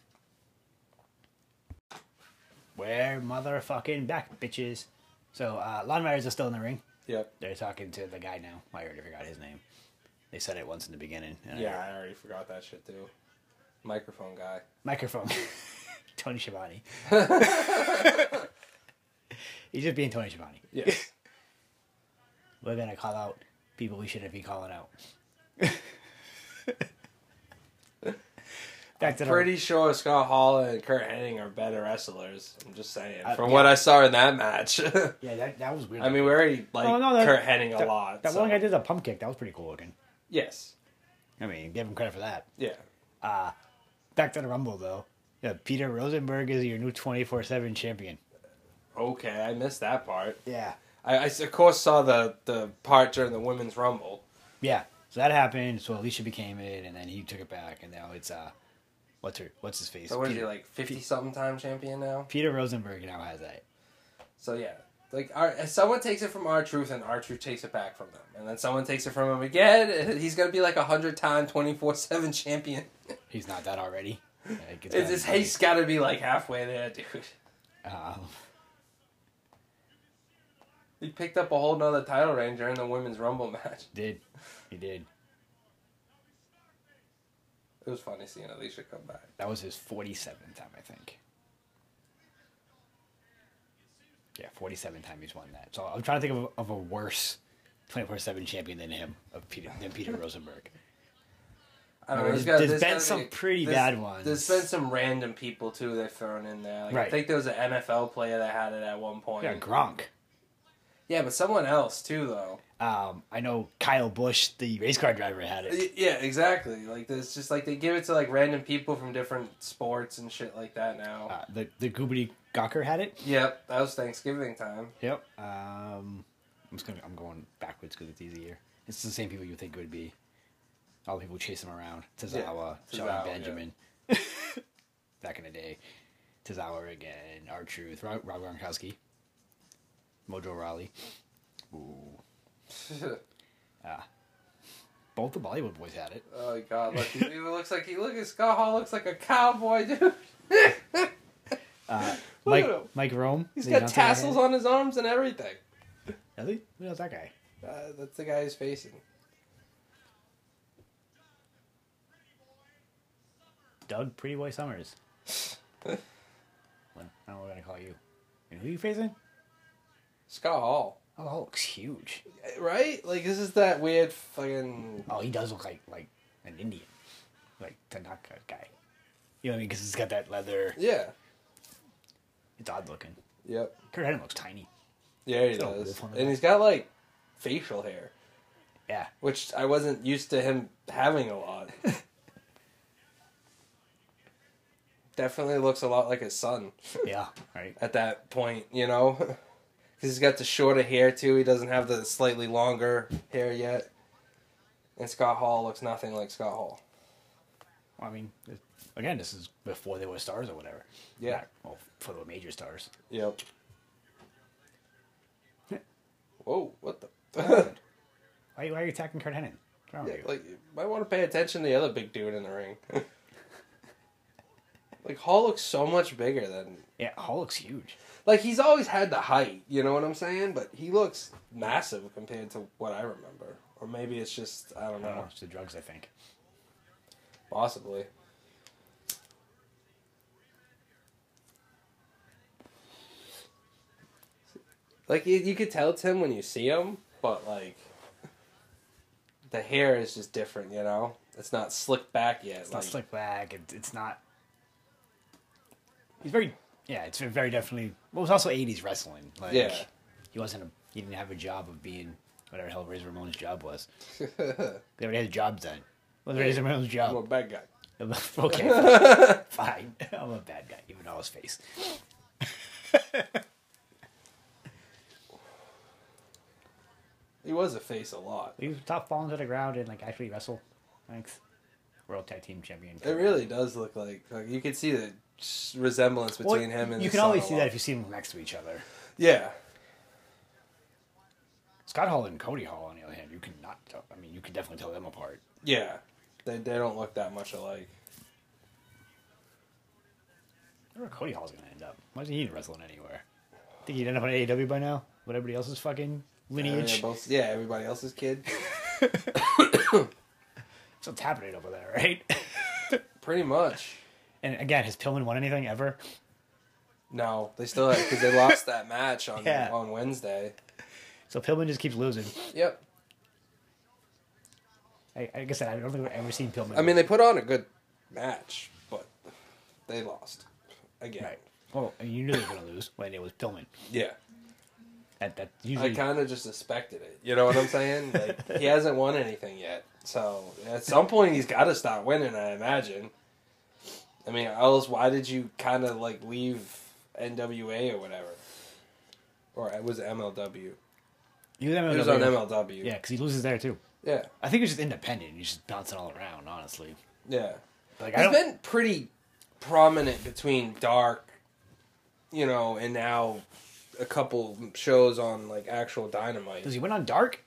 S1: We're motherfucking back, bitches. So, uh, Lawn Riders are still in the ring.
S2: Yep.
S1: They're talking to the guy now. I already forgot his name. They said it once in the beginning. Uh, and I-
S2: Yeah, I already forgot that shit too. Microphone guy.
S1: microphone. Tony Schiavone. He's just being Tony Schiavone.
S2: Yeah.
S1: We're gonna call out people we shouldn't be calling out. Back to the
S2: Pretty sure Scott Hall and Kurt Hennig are better wrestlers. I'm just saying.
S1: Uh,
S2: From
S1: yeah.
S2: what I saw in that match,
S1: yeah, that, that was weird.
S2: I mean, we already like
S1: Oh, no, that-
S2: Kurt Hennig a
S1: that,
S2: lot.
S1: That
S2: so-
S1: one guy did a pump kick. That was pretty cool looking.
S2: Yes.
S1: I mean, give him credit for that.
S2: Yeah.
S1: Back to the Rumble though. Yeah, Peter Rosenberg is your new twenty four seven champion.
S2: Okay, I missed that part.
S1: Yeah,
S2: I, I of course saw the the part during the women's rumble.
S1: Yeah. So that happened. So Alicia became it, and then he took it back, and now it's uh, what's her, what's his face?
S2: So what is he
S1: Peter,
S2: like fifty something time champion now?
S1: Peter Rosenberg now has that.
S2: So yeah, like our, if someone takes it from our truth and our truth takes it back from them, and then someone takes it from him again. He's gonna be like a hundred time twenty four seven champion.
S1: He's not that already. Like,
S2: It's, it's,
S1: gotta
S2: he's got to be like halfway there, dude.
S1: be, um,
S2: He picked up a whole nother title reign during the women's rumble match.
S1: Did. He did.
S2: It was funny seeing Alicia come back.
S1: That was his 47th time, I think. Yeah, 47 time he's won that. So I'm trying to think of, of a worse 24 7 champion than him, of Peter, than Peter Rosenberg.
S2: I don't
S1: There's-
S2: know. There's, got,
S1: there's
S2: there's
S1: been
S2: gotta
S1: some
S2: be-
S1: pretty
S2: there's-
S1: bad ones.
S2: There's been some random people too they've thrown in there. Like, I
S1: Right.
S2: think there was an NFL player that had it at one point.
S1: Yeah, Gronk.
S2: Yeah, but someone else too though.
S1: Um, I know Kyle Bush, the race car driver, had it.
S2: Y- Yeah, exactly. Like there's just like they give it to like random people from different sports and shit like that now.
S1: Uh, the the Goobity Gawker had it.
S2: Yep, that was Thanksgiving time.
S1: Yep. Um, I'm just gonna I'm going backwards because it's easier. It's the same people you think it would be. All the people chasing him around. Tozawa,
S2: Yeah,
S1: Sheldon
S2: Tozawa,
S1: Benjamin. Back in the day, Tozawa again, R Truth, Rob Rob Gronkowski, Mojo Raleigh. Ooh.
S2: Oh,
S1: Both the Bollywood boys had it.
S2: oh god, look, he, he looks like he look. Scott Hall looks like a cowboy, dude.
S1: Uh,
S2: Look
S1: Mike
S2: at him.
S1: Mike Rome.
S2: He's
S1: the
S2: got
S1: announcer, had it.
S2: tassels on his arms and everything.
S1: Really? Who knows that guy?
S2: Uh, that's the guy he's facing.
S1: Doug Pretty Boy Summers. Well, I don't know what I'm gonna call you. And who are you facing?
S2: Scott Hall,
S1: Oh, that looks huge.
S2: Eh, right? Like this is that weird fucking.
S1: Oh, he does look like like an Indian, like Tanaka guy. You know what I mean? Because it's got that leather.
S2: Yeah.
S1: It's odd looking.
S2: Yep.
S1: Kurt Hennig looks tiny.
S2: Yeah, he
S1: Still a
S2: does,
S1: wolf on the
S2: and
S1: back.
S2: he's got like facial hair,
S1: Yeah.
S2: which I wasn't used to him having a lot. Definitely looks a lot like his son
S1: Yeah. Right.
S2: at that point, you know, because he's got the shorter hair too. He doesn't have the slightly longer hair yet, and Scott Hall looks nothing like Scott Hall.
S1: Well, I mean, it- again, this is before they were stars or whatever.
S2: Yeah.
S1: Not- well, before they were major stars.
S2: Yep. Whoa! What the?
S1: Why, why are you attacking Kurt Hennig? What's wrong
S2: Yeah,
S1: with you?
S2: like you might want to pay attention to the other big dude in the ring. like Hall looks so much bigger than
S1: yeah, Hall looks huge.
S2: like he's always had the height, you know what I'm saying? But he looks massive compared to what I remember. Or maybe it's just I
S1: I
S2: don't
S1: don't know.
S2: know.
S1: It's the drugs, I think.
S2: Possibly. Like you, you could tell it's him when you see him, but like the hair is just different, you know. It's not slicked back yet.
S1: It's not
S2: like-
S1: slick back. It, it's not. He's very. Yeah, it's very definitely. Well, it was also '80s wrestling. Like,
S2: Yeah.
S1: He wasn't. A, he didn't have a job of being whatever the hell Razor Ramon's job was. they already had jobs then. What was Razor Ramon's
S2: I'm a
S1: job?
S2: bad guy.
S1: okay, fine. I'm a bad guy, even on his face.
S2: He was a face a lot.
S1: He was top falling to the ground and like actually wrestle. Thanks. World Tag Team Champion.
S2: It really does look like, like you could see the s- resemblance
S1: Well,
S2: between him and
S1: you
S2: his
S1: can
S2: son
S1: always
S2: a
S1: see
S2: lot.
S1: that if you see them next to each other.
S2: Yeah,
S1: Scott Hall and Cody Hall, on the other hand, you cannot tell. I mean, you can definitely tell them apart.
S2: yeah, they they don't look that much alike.
S1: I wonder where Cody Hall's gonna end up. Why isn't he wrestling anywhere? Think he'd end up on AEW by now? With everybody else's fucking
S2: Yeah,
S1: lineage?
S2: both, yeah, everybody else's kid.
S1: Something's happening over there, right?
S2: Pretty much.
S1: and again, has Pillman won anything ever?
S2: No, they still because they lost that match on
S1: Yeah.
S2: on Wednesday.
S1: So Pillman just keeps losing.
S2: Yep.
S1: I, like I said, I don't think I've ever seen Pillman.
S2: I mean, they put on a good match, but they lost again.
S1: right? Well, I mean, you knew they were gonna lose when it was Pillman.
S2: Yeah.
S1: That that
S2: I
S1: usually
S2: kind of just expected it. You know what I'm saying? Like he hasn't won anything yet, so at some point he's got to start winning. I imagine. I mean, else why did you kind of like leave NWA or whatever, or it was MLW?
S1: he was,
S2: He was on MLW.
S1: Yeah, because he loses there too.
S2: yeah,
S1: I think he's just independent. He's just bouncing all around, honestly.
S2: yeah.
S1: Like I don't.
S2: He's been pretty prominent between Dark, you know, and now a couple shows on like actual Dynamite.
S1: Does he win on Dark?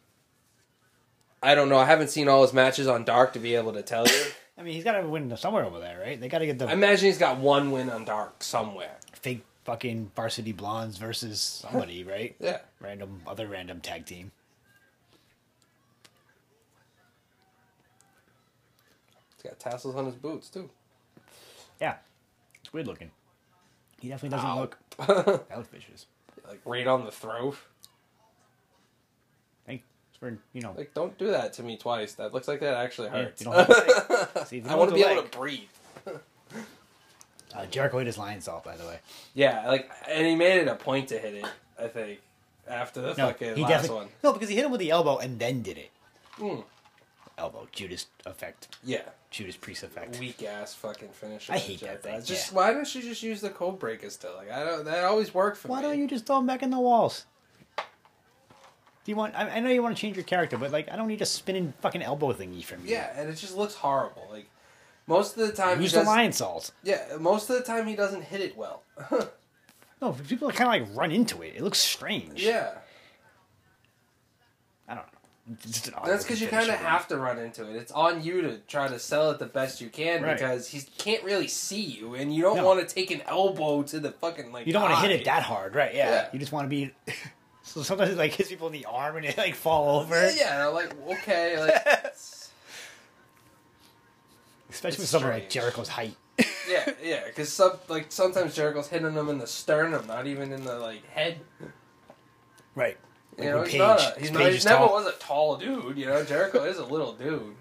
S2: I don't know. I haven't seen all his matches on Dark to be able to tell you.
S1: I mean, he's got to win somewhere over there, right? They got to get the
S2: I imagine he's got one win on Dark somewhere.
S1: fake fucking Varsity Blondes versus somebody, right?
S2: Yeah.
S1: Random other random tag team.
S2: He's got tassels on his boots too.
S1: Yeah, it's weird looking. He definitely doesn't
S2: Ow.
S1: look. that looks vicious.
S2: Like right on the throat.
S1: Hey, it's for you know.
S2: Like don't do that to me twice. That looks like that actually
S1: yeah,
S2: hurts.
S1: you don't have to like. See, if you
S2: I
S1: don't
S2: want to be
S1: like,
S2: able to breathe.
S1: Uh, Jericho hit his lion salt, by the way.
S2: Yeah, like and he made it a point to hit it. I think after the
S1: No,
S2: fucking
S1: he
S2: last
S1: definitely
S2: one.
S1: no because he hit him with the elbow and then did it.
S2: Mm.
S1: Elbow Judas effect,
S2: Yeah.
S1: Judas priest effect.
S2: Weak ass fucking finisher.
S1: I hate that
S2: Jack.
S1: thing,
S2: That's Just
S1: yeah.
S2: why don't you just use the code breaker still? Like I don't. That always worked for
S1: Why
S2: me.
S1: don't you just throw him back in the walls? Do you want? I, I know you want to change your character, but like, I don't need a spinning fucking elbow thingy from you.
S2: Yeah, and it just looks horrible. Like most of the time,
S1: Use
S2: he
S1: the
S2: does,
S1: lion salt.
S2: Yeah, most of the time he doesn't hit it well.
S1: No, people kind of like run into it. It looks strange.
S2: yeah,
S1: I don't know. It's just an odd
S2: that's because you
S1: looking
S2: kind of
S1: finisher.
S2: have to run into it. It's on you to try to sell it the best you can
S1: Right.
S2: because he can't really see you, and you don't
S1: No.
S2: want to take an elbow to the fucking like.
S1: You don't want to hit it
S2: eye.
S1: that hard, right? Yeah.
S2: Yeah.
S1: You just want to be. so sometimes it like hits people in the arm and they like fall over.
S2: Yeah, they're like okay, like it's-
S1: Especially with
S2: It's
S1: someone like
S2: strange.
S1: Jericho's height.
S2: yeah, yeah, because some like sometimes Jericho's hitting them in the sternum, not even in the like head.
S1: Right.
S2: You
S1: Like
S2: know,
S1: when
S2: he's not.
S1: Page-
S2: A, he's not.
S1: Page
S2: He's
S1: is
S2: never
S1: tall.
S2: was a tall dude. You know, Jericho is a little dude.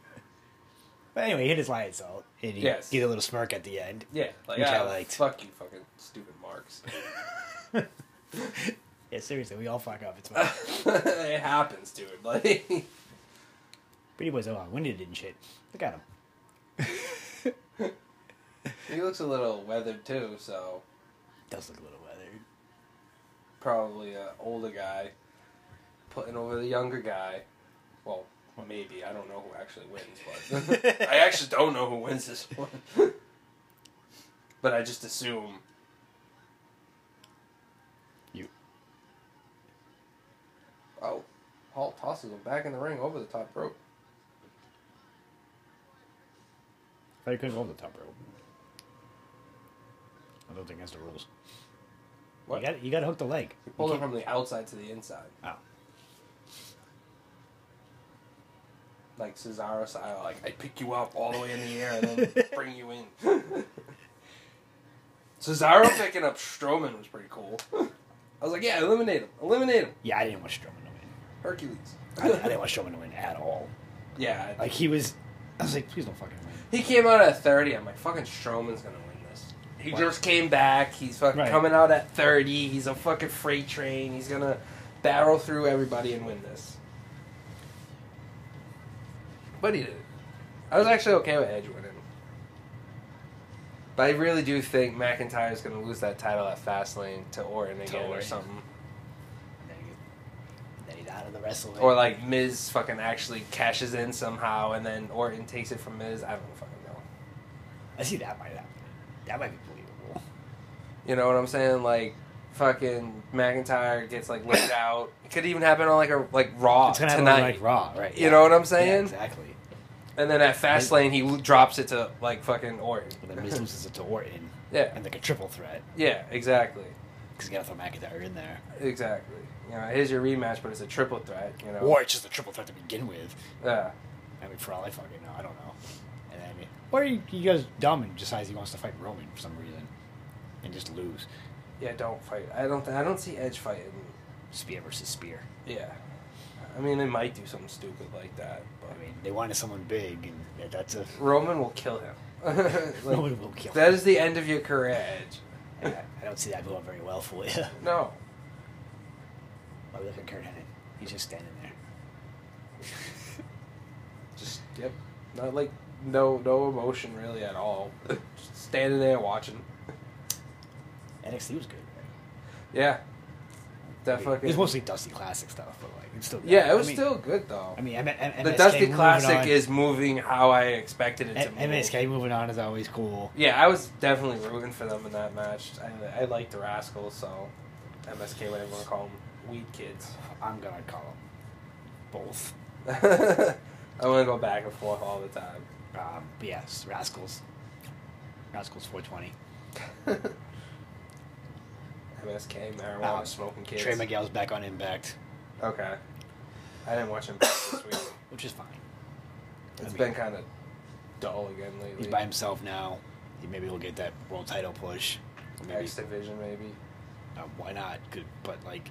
S1: But anyway, he hit his lion salt and he
S2: Yes.
S1: did a little smirk at the end.
S2: Yeah, like
S1: Which I
S2: ah,
S1: liked.
S2: Fuck you, fucking stupid marks.
S1: Yeah, seriously, we all fuck up. It's fine.
S2: it happens, dude. Like,
S1: Pretty boy's a long winded and shit. Look at him.
S2: he looks a little weathered too, so
S1: Does look a little weathered.
S2: probably an older guy putting over the younger guy. Well, maybe I don't know who actually wins, but I actually don't know who wins this one. but I just assume.
S1: You.
S2: Oh, Hall tosses him back in the ring over the top rope.
S1: But he couldn't go over the top rope. I don't think that's the rules.
S2: What?
S1: You got you got to hook the leg.
S2: He pulled
S1: You
S2: it
S1: can't-
S2: from the outside to the inside,
S1: Oh.
S2: like Cesaro style. Like I pick you up all the way in the air and then bring you in. Cesaro picking up Strowman was pretty cool. I was like, yeah, eliminate him, eliminate him,
S1: Yeah, I didn't want Strowman to win.
S2: Hercules.
S1: I, I didn't want Strowman to win at all.
S2: yeah, I-
S1: Like he was, I was like, please don't fucking win.
S2: He came out at 30. I'm like, fucking Strowman's gonna win this. He
S1: Right.
S2: just came back. He's fucking
S1: Right.
S2: coming out at 30. He's a fucking freight train. He's gonna barrel through everybody and win this. But he did. I was actually okay with Edge winning. But I really do think McIntyre's gonna lose that title at Fastlane to Orton again or
S1: Orton.
S2: something.
S1: And then, he, and then he's out of the wrestling.
S2: Or like Miz fucking actually cashes in somehow and then Orton takes it from Miz. I don't fucking know.
S1: I see that might happen. That might be believable.
S2: You know what I'm saying? Like, fucking McIntyre gets like laid out. It could even happen on like a like Raw
S1: it's gonna
S2: Oh, tonight.
S1: happen on, like Raw, right?
S2: You know what I'm
S1: Yeah,
S2: saying?
S1: exactly.
S2: and then at Fastlane, he l- drops it to like fucking Orton.
S1: But then Miz loses it to Orton,
S2: yeah,
S1: and like a triple threat
S2: yeah, exactly,
S1: because you gotta throw McIntyre in there,
S2: exactly. You know, here's your rematch, but it's a triple threat. You know,
S1: or it's just a triple threat to begin with.
S2: yeah,
S1: I mean, for all I fucking know, I don't know. And then, or he, he goes dumb and decides he wants to fight Roman for some reason, and just lose
S2: yeah. Don't fight. I don't. Th- I don't see Edge fighting.
S1: spear versus spear.
S2: Yeah, I mean, they might do something stupid like that.
S1: I
S2: But
S1: mean, they wanted someone big, and that- that's a
S2: Roman will kill him. Like,
S1: Roman will kill.
S2: That is the end of your career, Edge.
S1: I I don't see that going very well for you.
S2: No.
S1: Well, look at Kurt Hennig. He's just standing there.
S2: Just yep, not like no no emotion really at all. Just standing there watching.
S1: NXT was good.
S2: Yeah, that
S1: It was
S2: fucking
S1: mostly Dusty Classic stuff, but like it's still. Good.
S2: yeah. It was
S1: I mean,
S2: still good though.
S1: I mean, M- M-
S2: the
S1: MSK
S2: Dusty
S1: moving
S2: Classic
S1: on-
S2: is moving how I expected it to
S1: M-
S2: move.
S1: MSK moving on is always cool.
S2: Yeah, I was definitely rooting for them in that match. I I like the Rascals, so MSK whatever you want to call them, weed kids.
S1: I'm gonna call them both.
S2: I want to go back and forth all the time.
S1: Um, but yes, Rascals. Rascals 420.
S2: MSK, marijuana
S1: Oh,
S2: smoking kids.
S1: Trey Miguel's back on Impact,
S2: okay. I didn't watch him this week.
S1: which is fine.
S2: It's
S1: mean-
S2: been kind of dull again lately.
S1: He's by himself now. He maybe will get that world title push. Maybe
S2: X Division, maybe.
S1: uh, why not? Good, but like,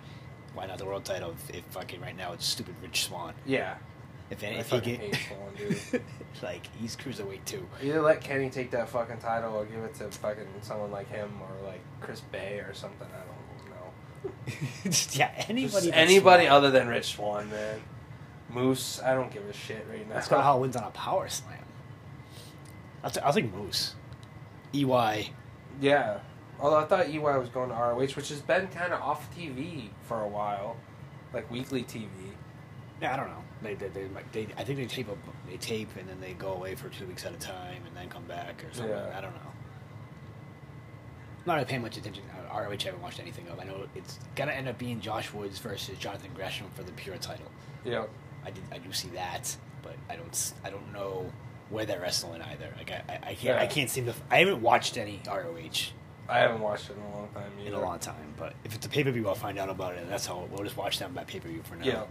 S1: why not the world title? If, if fucking right now it's stupid Rich Swan.
S2: Yeah.
S1: If any,
S2: I
S1: if he
S2: fucking
S1: get
S2: hate Swan, dude.
S1: like he's cruiserweight too.
S2: Either let Kenny take that fucking title or give it to fucking someone like him or like Chris Bay or something. I don't know.
S1: yeah, anybody.
S2: Just
S1: but
S2: anybody
S1: Swan.
S2: other than Rich Swan, man. Moose, I don't give a shit right now.
S1: That's kind of how it wins on a power slam. I'll, t- I'll take Moose. E EY.
S2: Yeah. Although I thought EY was going to ROH, which has been kind of off TV for a while, like weekly TV.
S1: Yeah, I don't know. They, they, they, might- they, I think they tape, a, they tape and then they go away for two weeks at a time and then come back or something.
S2: Yeah.
S1: I don't know. I'm not really paying much attention. Uh, I- ROH I haven't watched anything of. I know it's gonna end up being Josh Woods versus Jonathan Gresham for the pure title.
S2: Yeah.
S1: I did, I do see that, but I don't, s- I don't know where they're wrestling either. Like I, I, I can't, I
S2: Yeah.
S1: can't seem to. f- I haven't watched any ROH
S2: I haven't watched it in a long time either.
S1: in a long time. But if it's a pay per view, I'll find out about it, and that's how we'll just watch them by pay per view for now.
S2: Yeah.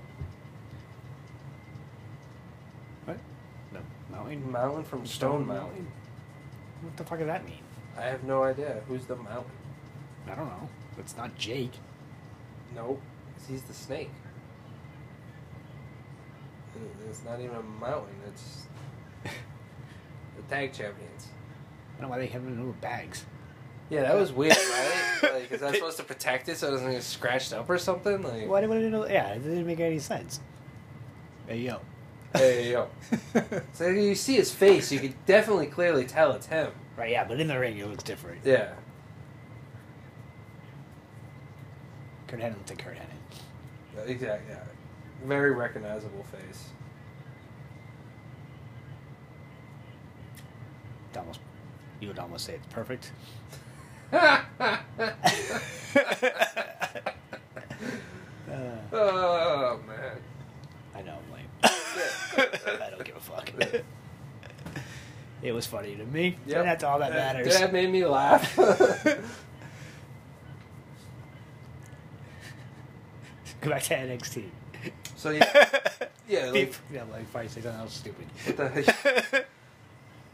S1: What? No. Mountain.
S2: Mountain from Stone Mountain.
S1: What the fuck does that mean?
S2: I have no idea. Who's the mountain?
S1: I don't know. It's not Jake.
S2: Nope. 'cause He's the snake. It- It's not even a mountain, it's the tag champions.
S1: I don't know why they have them in little bags.
S2: Yeah, that was weird, right? like, is that supposed to protect it so it doesn't get scratched up or something? Like,
S1: Why would it? Yeah, it didn't make any sense. Hey yo.
S2: hey, yo. So you see his face, you could definitely clearly tell it's him.
S1: right. Yeah, but in the ring, it looks different.
S2: Yeah.
S1: Kurt Hennig looked like Kurt Hennig.
S2: Exactly. Yeah. Very recognizable face.
S1: It's almost. You would almost say it's perfect. Uh,
S2: oh man.
S1: I know I'm lame. I don't give a fuck. it was funny to me.
S2: Yep.
S1: And that's all that matters.
S2: That made me laugh.
S1: Go back to NXT.
S2: so yeah, yeah, like,
S1: Beep. Yeah, like probably say something else stupid.
S2: What the heck?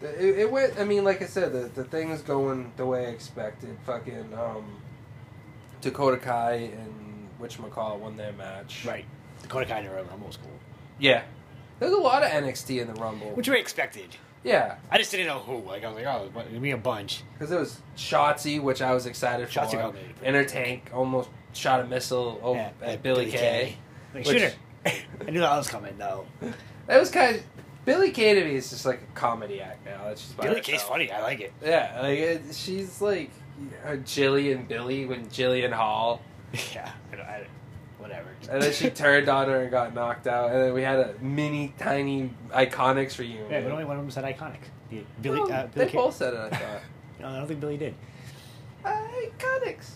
S2: it, it went. I mean, like I said, the the thing's going the way I expected. Fucking um, Dakota Kai and which McCall won their match.
S1: right. Dakota Kai and her Rumble school.
S2: Yeah. There's a lot of NXT in the Rumble.
S1: Which we expected.
S2: yeah,
S1: I just didn't know who. Like I was like, oh, what, give me a bunch.
S2: because it was Shotzi, which I was excited
S1: Shotzi
S2: for.
S1: got made pretty
S2: Inner
S1: good.
S2: Tank almost shot a missile over
S1: Yeah,
S2: at, Oh, uh, Billy, Kay.
S1: Like,
S2: Which-
S1: shoot her. I knew that was coming though.
S2: That was kind of Billy Kay to me is just like a comedy act now. That she's by
S1: Billy Kay's
S2: herself.
S1: funny. I like it.
S2: Yeah, like it, she's like uh, Jilly and Billy when Jillian Hall,
S1: Yeah. I don't, I, whatever.
S2: and then she turned on her and got knocked out, and then we had a mini tiny Iconics reunion.
S1: Yeah, but only one of them said iconic. Yeah, Billy,
S2: No,
S1: uh,
S2: Oh, they
S1: Billy Kay.
S2: both said it. I thought
S1: No, I don't think Billy did.
S2: Iconics.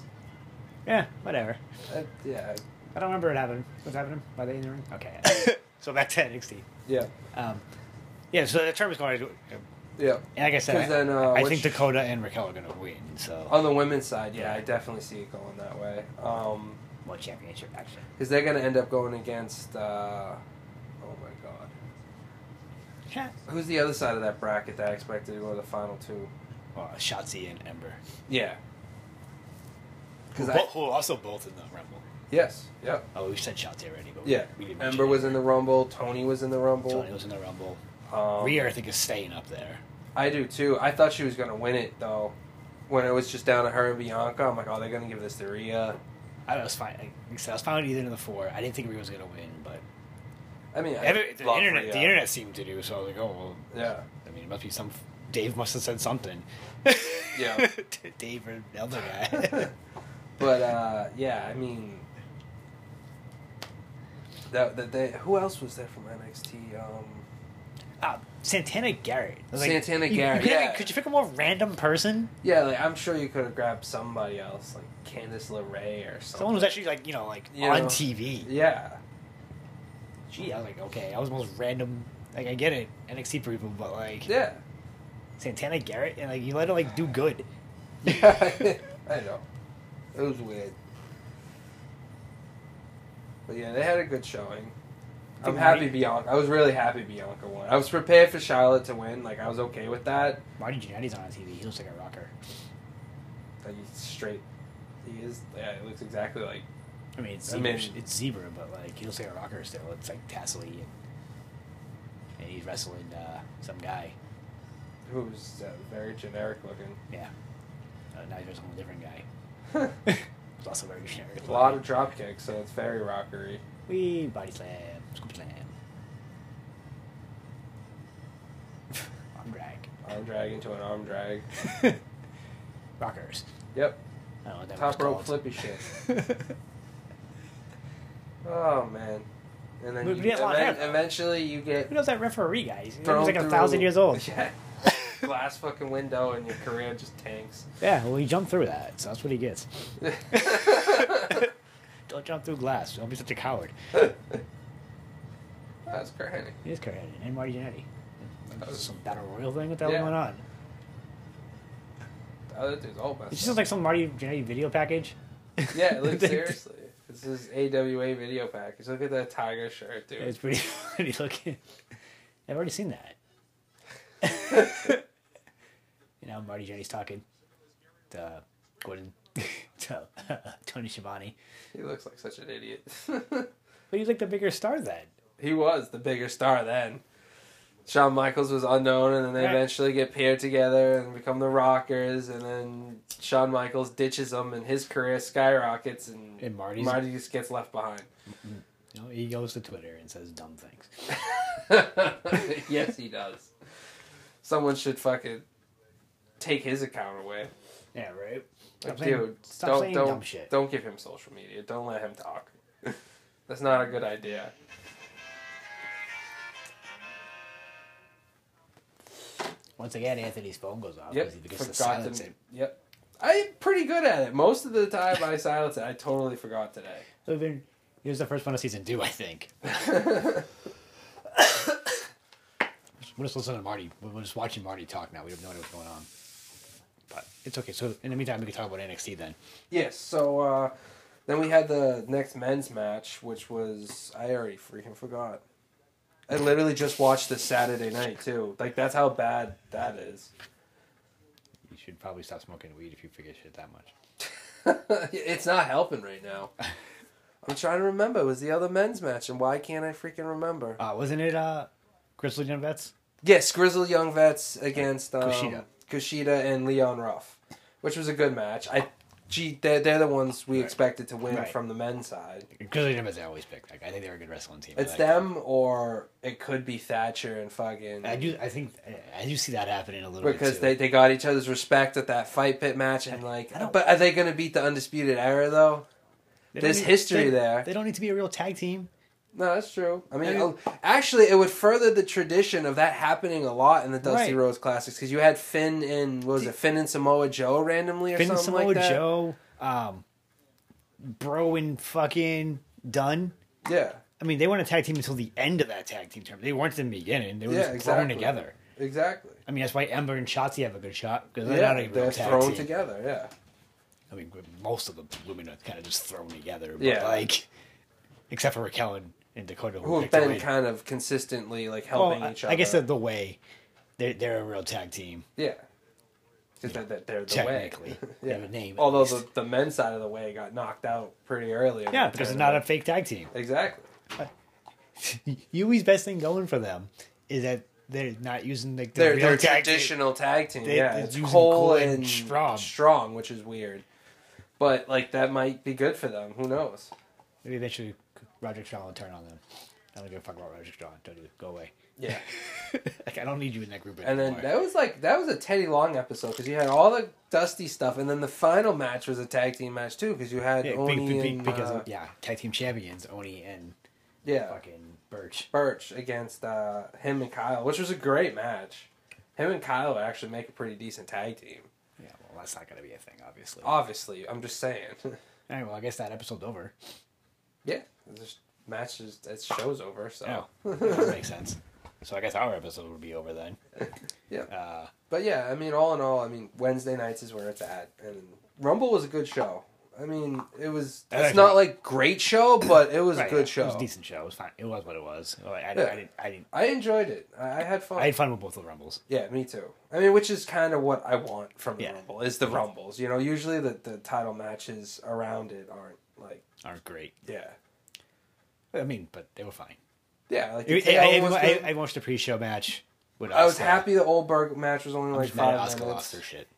S1: Yeah, whatever.
S2: Uh, yeah,
S1: I don't remember it happening. What's happening? By the in the ring? Okay. so back to NXT.
S2: yeah,
S1: Um, yeah, so the term is going to.
S2: yeah.
S1: And like I said, I,
S2: 'Cause then, uh,
S1: I
S2: which- Oh.
S1: think Dakota and Raquel are going to win, so.
S2: On the women's side, yeah, I definitely see it going that way. Um,
S1: World Championship action.
S2: because they're gonna end up going against. Uh, oh my god.
S1: Yeah.
S2: Who's the other side of that bracket that I expected to go to the final two?
S1: Well, Shotzi and Ember.
S2: Yeah.
S1: Who,
S2: Because
S1: bo-
S2: I
S1: who are also both in the Rumble.
S2: yes, yeah,
S1: Oh, we said Shotzi already, but we-
S2: yeah.
S1: we didn't mention
S2: Ember was
S1: it.
S2: in the Rumble. Tony was in the Rumble.
S1: Tony was in the Rumble.
S2: Um,
S1: Rhea, I think, is staying up there.
S2: I do too. I thought she was gonna win it though. When it was just down to her and Bianca, I'm like, oh, they're gonna give this to Rhea.
S1: I was fine. Like I said, I was fine with either of the four. I didn't think Rhea was going to win, but
S2: I mean, I
S1: Every, the
S2: love
S1: internet,
S2: Rhea.
S1: the internet seemed to do. So I was like, oh well.
S2: Yeah.
S1: I mean, it must be some. Dave must have said something.
S2: Yeah.
S1: Dave or the other guy.
S2: But uh, yeah, I mean, that that they who else was there from NXT? Um,
S1: uh, Santana Garrett. I was
S2: Santana
S1: you- you
S2: Garrett,
S1: could have-
S2: yeah.
S1: could you pick a more random person?
S2: yeah, like I'm sure you could have grabbed somebody else, like Candice LeRae or something.
S1: Someone who's actually like you know like
S2: You
S1: on
S2: know.
S1: TV.
S2: Yeah,
S1: Gee, I was like, okay, I was the most random. Like I get it, NXT people, but like
S2: yeah,
S1: Santana Garrett, and like you let him like do good.
S2: yeah. I know. It was weird. But yeah, they had a good showing. I'm
S1: Think
S2: happy
S1: Marty-
S2: Bianca. I was really happy Bianca won. I was prepared for Charlotte to win. Like I was okay with that.
S1: Marty Jannetty's on TV. He looks like a rocker.
S2: Like he's straight. He is. Yeah, it looks exactly like.
S1: I mean, it's
S2: I
S1: zebra,
S2: mean-
S1: it's zebra, but like he looks like a rocker still. It's like Tassily, and, and he's wrestling uh, some guy.
S2: Who's uh, very generic looking.
S1: Yeah, uh, now he's wrestling a different guy. He's also very generic.
S2: a lot of drop kicks, so it's very rockery.
S1: we body slam, scoop slam. Arm drag.
S2: Arm drag into an arm drag.
S1: Rockers.
S2: Yep.
S1: I don't know what that
S2: Top
S1: was
S2: rope
S1: called.
S2: flippy shit. Oh man. And then
S1: We-
S2: you,
S1: we didn't want
S2: even-
S1: him.
S2: eventually you get
S1: Who knows that referee guy? He's, he
S2: thrown
S1: was like a
S2: through-
S1: thousand years old.
S2: Yeah. Glass fucking window and your career just tanks.
S1: Yeah, well, he jumped through that, so that's what he gets.
S2: That's
S1: Don't jump through glass. Don't be such a coward.
S2: crazy.
S1: He is crazy. And Marty Jannetty.
S2: That was-
S1: Some battle royal thing? What the hell
S2: Yeah.
S1: going on?
S2: The other dude's all messed
S1: It's
S2: up.
S1: just like some Marty Jannetty video package.
S2: Yeah, like seriously. This is AWA video package. Look at that tiger shirt, dude.
S1: It's pretty funny looking. I've already seen that. you know, Marty Jannetty's talking to Gordon, to Tony Schiavone.
S2: He looks like such an idiot.
S1: But he's like the bigger star then.
S2: he was the bigger star then. Shawn Michaels was unknown, and then they
S1: Right.
S2: eventually get paired together and become the Rockers, and then Shawn Michaels ditches them, and his career skyrockets, and,
S1: And Marty's-
S2: Marty just gets left behind.
S1: You know, he goes to Twitter and says dumb things.
S2: yes, he does. Someone should fucking take his account away.
S1: Yeah, right?
S2: Like,
S1: Stop saying,
S2: dude,
S1: stop
S2: don't
S1: saying
S2: don't
S1: dumb shit.
S2: don't give him social media. Don't let him talk. That's not a good idea.
S1: Once again, Anthony's phone goes off because
S2: Yep,
S1: he forgets to
S2: forgot
S1: silence
S2: to.
S1: it.
S2: Yep, I'm pretty good at it. Most of the time, I silence it. I totally forgot today.
S1: So then, he was the first one of season two, I think. We're just listening to Marty. We're we're just watching Marty talk now. We have no idea what's going on. But it's okay. So in the meantime, we can talk about NXT then.
S2: Yes. So uh, then we had the next men's match, which was I already freaking forgot. I literally just watched this Saturday night too. Like that's how bad that is.
S1: You should probably stop smoking weed if you forget shit that much.
S2: it's not helping right now. I'm trying to remember. It was the other men's match, and why can't I freaking remember?
S1: Uh, wasn't it uh, Grizzly Young Vets?
S2: Yes, Grizzle Young Vets against um, Kushida.
S1: Kushida.
S2: and Leon Ruff, which was a good match. I, gee, they're, they're the ones we expected to win
S1: Right.
S2: from the men's side.
S1: Grizzly Young Vets, I always pick. Like, I think they're a good wrestling team. I
S2: It's
S1: like
S2: them, or it could be Thatcher and fucking.
S1: I do. I think I- I do see that happening a little
S2: because
S1: bit
S2: they,
S1: too.
S2: they got each other's respect at that fight pit match and like
S1: I don't-
S2: but are they going to beat the undisputed era though
S1: don't
S2: there's
S1: need-
S2: history
S1: they-
S2: there.
S1: They don't need to be a real tag team.
S2: no that's true i mean
S1: I mean-
S2: uh, actually it would further the tradition of that happening a lot in the dusty
S1: Right.
S2: rhodes classics because you had finn and what was it finn and samoa joe randomly or
S1: Finn
S2: something
S1: Samoa
S2: like that
S1: Joe, um, Bro and fucking Dunn.
S2: yeah
S1: I mean, they weren't a tag team until the end of that tag team term. They weren't in the beginning. They were
S2: Yeah,
S1: just thrown
S2: exactly.
S1: together.
S2: exactly
S1: I mean, that's why Ember and Shotzi have a good shot because they're
S2: yeah,
S1: not even
S2: they're
S1: a tag
S2: thrown
S1: team.
S2: together yeah
S1: I mean, most of the women are kind of just thrown together. But
S2: Yeah.
S1: like, except for Raquel and, and Dakota, who,
S2: who have
S1: picked her
S2: been
S1: in.
S2: kind of consistently like
S1: Well,
S2: helping
S1: I-
S2: each
S1: I,
S2: other
S1: guess they're the way. They're they're a real tag team
S2: yeah because they're, they're the way
S1: technically. They
S2: yeah.
S1: have a name. at
S2: although
S1: least.
S2: the, the men's side of the way got knocked out pretty early in
S1: yeah,
S2: the
S1: because they're
S2: tournament.
S1: not a fake tag team.
S2: Exactly.
S1: Yui's best thing going for them is that they're not using like the
S2: They're,
S1: real
S2: they're
S1: tag team.
S2: traditional tag team.
S1: They-
S2: yeah,
S1: they're
S2: it's
S1: using
S2: Cole
S1: Cole
S2: and,
S1: and Strong.
S2: Strong, which is weird. But like that might be good for them. Who knows?
S1: Maybe eventually Roger Strong will turn on them. I don't give a fuck about Roger Strong. Don't do it. Go away.
S2: Yeah.
S1: like I don't need you in that group
S2: And
S1: anymore.
S2: then that was like that was a Teddy Long episode because you had all the Dusty stuff, and then the final match was a tag team match too because you had
S1: yeah,
S2: Oni
S1: big, big, big,
S2: and
S1: because
S2: uh,
S1: of, yeah, tag team champions Oni and
S2: yeah,
S1: fucking Birch.
S2: Birch against uh, him and Kyle, which was a great match. Him and Kyle would actually make a pretty decent tag team.
S1: Yeah, well that's not gonna be a thing, obviously.
S2: Obviously, I'm just saying.
S1: All right, well I guess that episode's over.
S2: yeah, this match is that show's over. So.
S1: Oh, that makes sense. So I guess our episode would be over then.
S2: Yeah.
S1: Uh,
S2: But yeah, I mean, all in all, I mean, Wednesday nights is where it's at, and Rumble was a good show. I mean, it was.
S1: I
S2: It's
S1: like
S2: not
S1: it.
S2: like great show, but it was
S1: Right,
S2: a good
S1: yeah.
S2: show.
S1: It was a decent show. It was fine. It was what it was. Like, I,
S2: Yeah.
S1: I didn't. I didn't.
S2: I enjoyed it. I, I had fun.
S1: I had fun with both of the rumbles.
S2: yeah, me too. I mean, which is kind of what I want from the
S1: Yeah.
S2: Rumble is the Rumbles. You know, usually the the title matches around it aren't like
S1: Aren't great.
S2: yeah,
S1: I mean, but they were fine.
S2: yeah. Like the
S1: It- I,
S2: Taylor
S1: I-
S2: was
S1: I-
S2: good.
S1: I watched the pre-show match. With uh,
S2: I was
S1: Asuka.
S2: happy the Oldberg match was only like
S1: Just mad
S2: five
S1: Asuka lost
S2: minutes.
S1: her shit.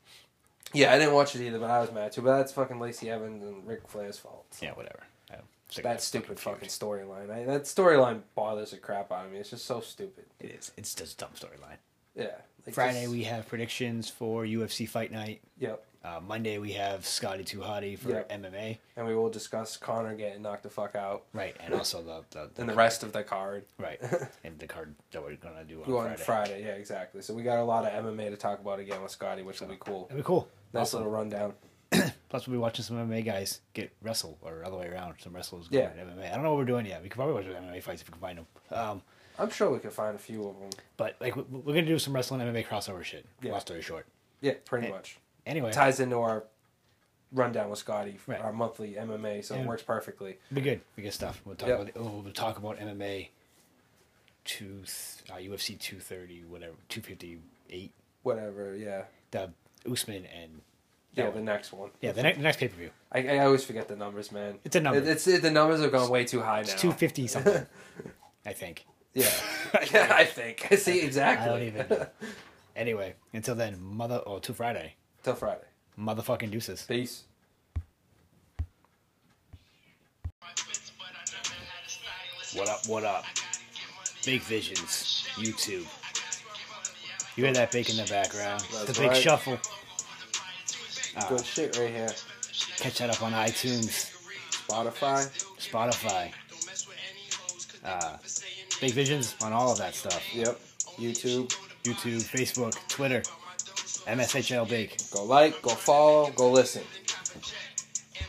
S2: Yeah, I didn't watch it either, but I was mad too. But that's fucking Lacey Evans and Ric Flair's fault.
S1: Yeah, whatever. I don't- sick of
S2: That
S1: that
S2: stupid fucking
S1: feud.
S2: storyline. I- That storyline bothers the crap out of me. It's just so stupid.
S1: It is. It's just a dumb storyline.
S2: Yeah. Like
S1: Friday
S2: just-
S1: we have predictions for UFC Fight Night.
S2: Yep.
S1: Uh, Monday we have Scotty Too Hotty for
S2: Yeah.
S1: MMA.
S2: And we will discuss Connor getting knocked the fuck out
S1: Right, and also the the,
S2: and the rest of the card
S1: right and the card that we're gonna do on
S2: on
S1: Friday.
S2: Friday. Yeah, exactly. So we got a lot of MMA to talk about again with Scotty, which will be cool.
S1: That'd be cool.
S2: Nice little rundown.
S1: Plus, we'll be watching some MMA guys get wrestle, or other way around. Some wrestlers
S2: Yeah.
S1: yeah. MMA. I don't know what we're doing yet. We could probably watch MMA fights if we can find them. Um,
S2: I'm sure we could find a few of them.
S1: but like, we- we're gonna do some wrestling MMA crossover shit.
S2: Yeah.
S1: Long story short.
S2: Yeah, pretty
S1: Yeah.
S2: much.
S1: Anyway,
S2: Ties into our rundown with Scotty,
S1: Right.
S2: our monthly MMA, so it
S1: And-
S2: works perfectly.
S1: be good. We get stuff. We'll talk
S2: Yeah.
S1: about oh, we'll talk about MMA. Two uh, UFC two thirty whatever two fifty eight
S2: Whatever, yeah.
S1: the Usman and
S2: Yeah,
S1: Yeah.
S2: the next one.
S1: yeah the, ne- the next pay per view
S2: I, I always forget the numbers, man.
S1: It's a number.
S2: It, it's it, the numbers have gone way too high now.
S1: it's two fifty something I think
S2: Yeah, yeah. I think. See, exactly.
S1: I don't even know. anyway until then mother oh till Friday
S2: Till Friday.
S1: motherfucking deuces.
S2: Peace.
S1: What up, what up? Big Visions, YouTube. You hear that big in the background? the
S2: That's
S1: big
S2: right.
S1: shuffle.
S2: Good shit right here.
S1: Catch that up on iTunes,
S2: Spotify.
S1: Spotify. Uh, big Visions on all of that stuff.
S2: Yep. YouTube.
S1: YouTube, Facebook, Twitter, MSHL Big.
S2: Go like, go follow, go listen.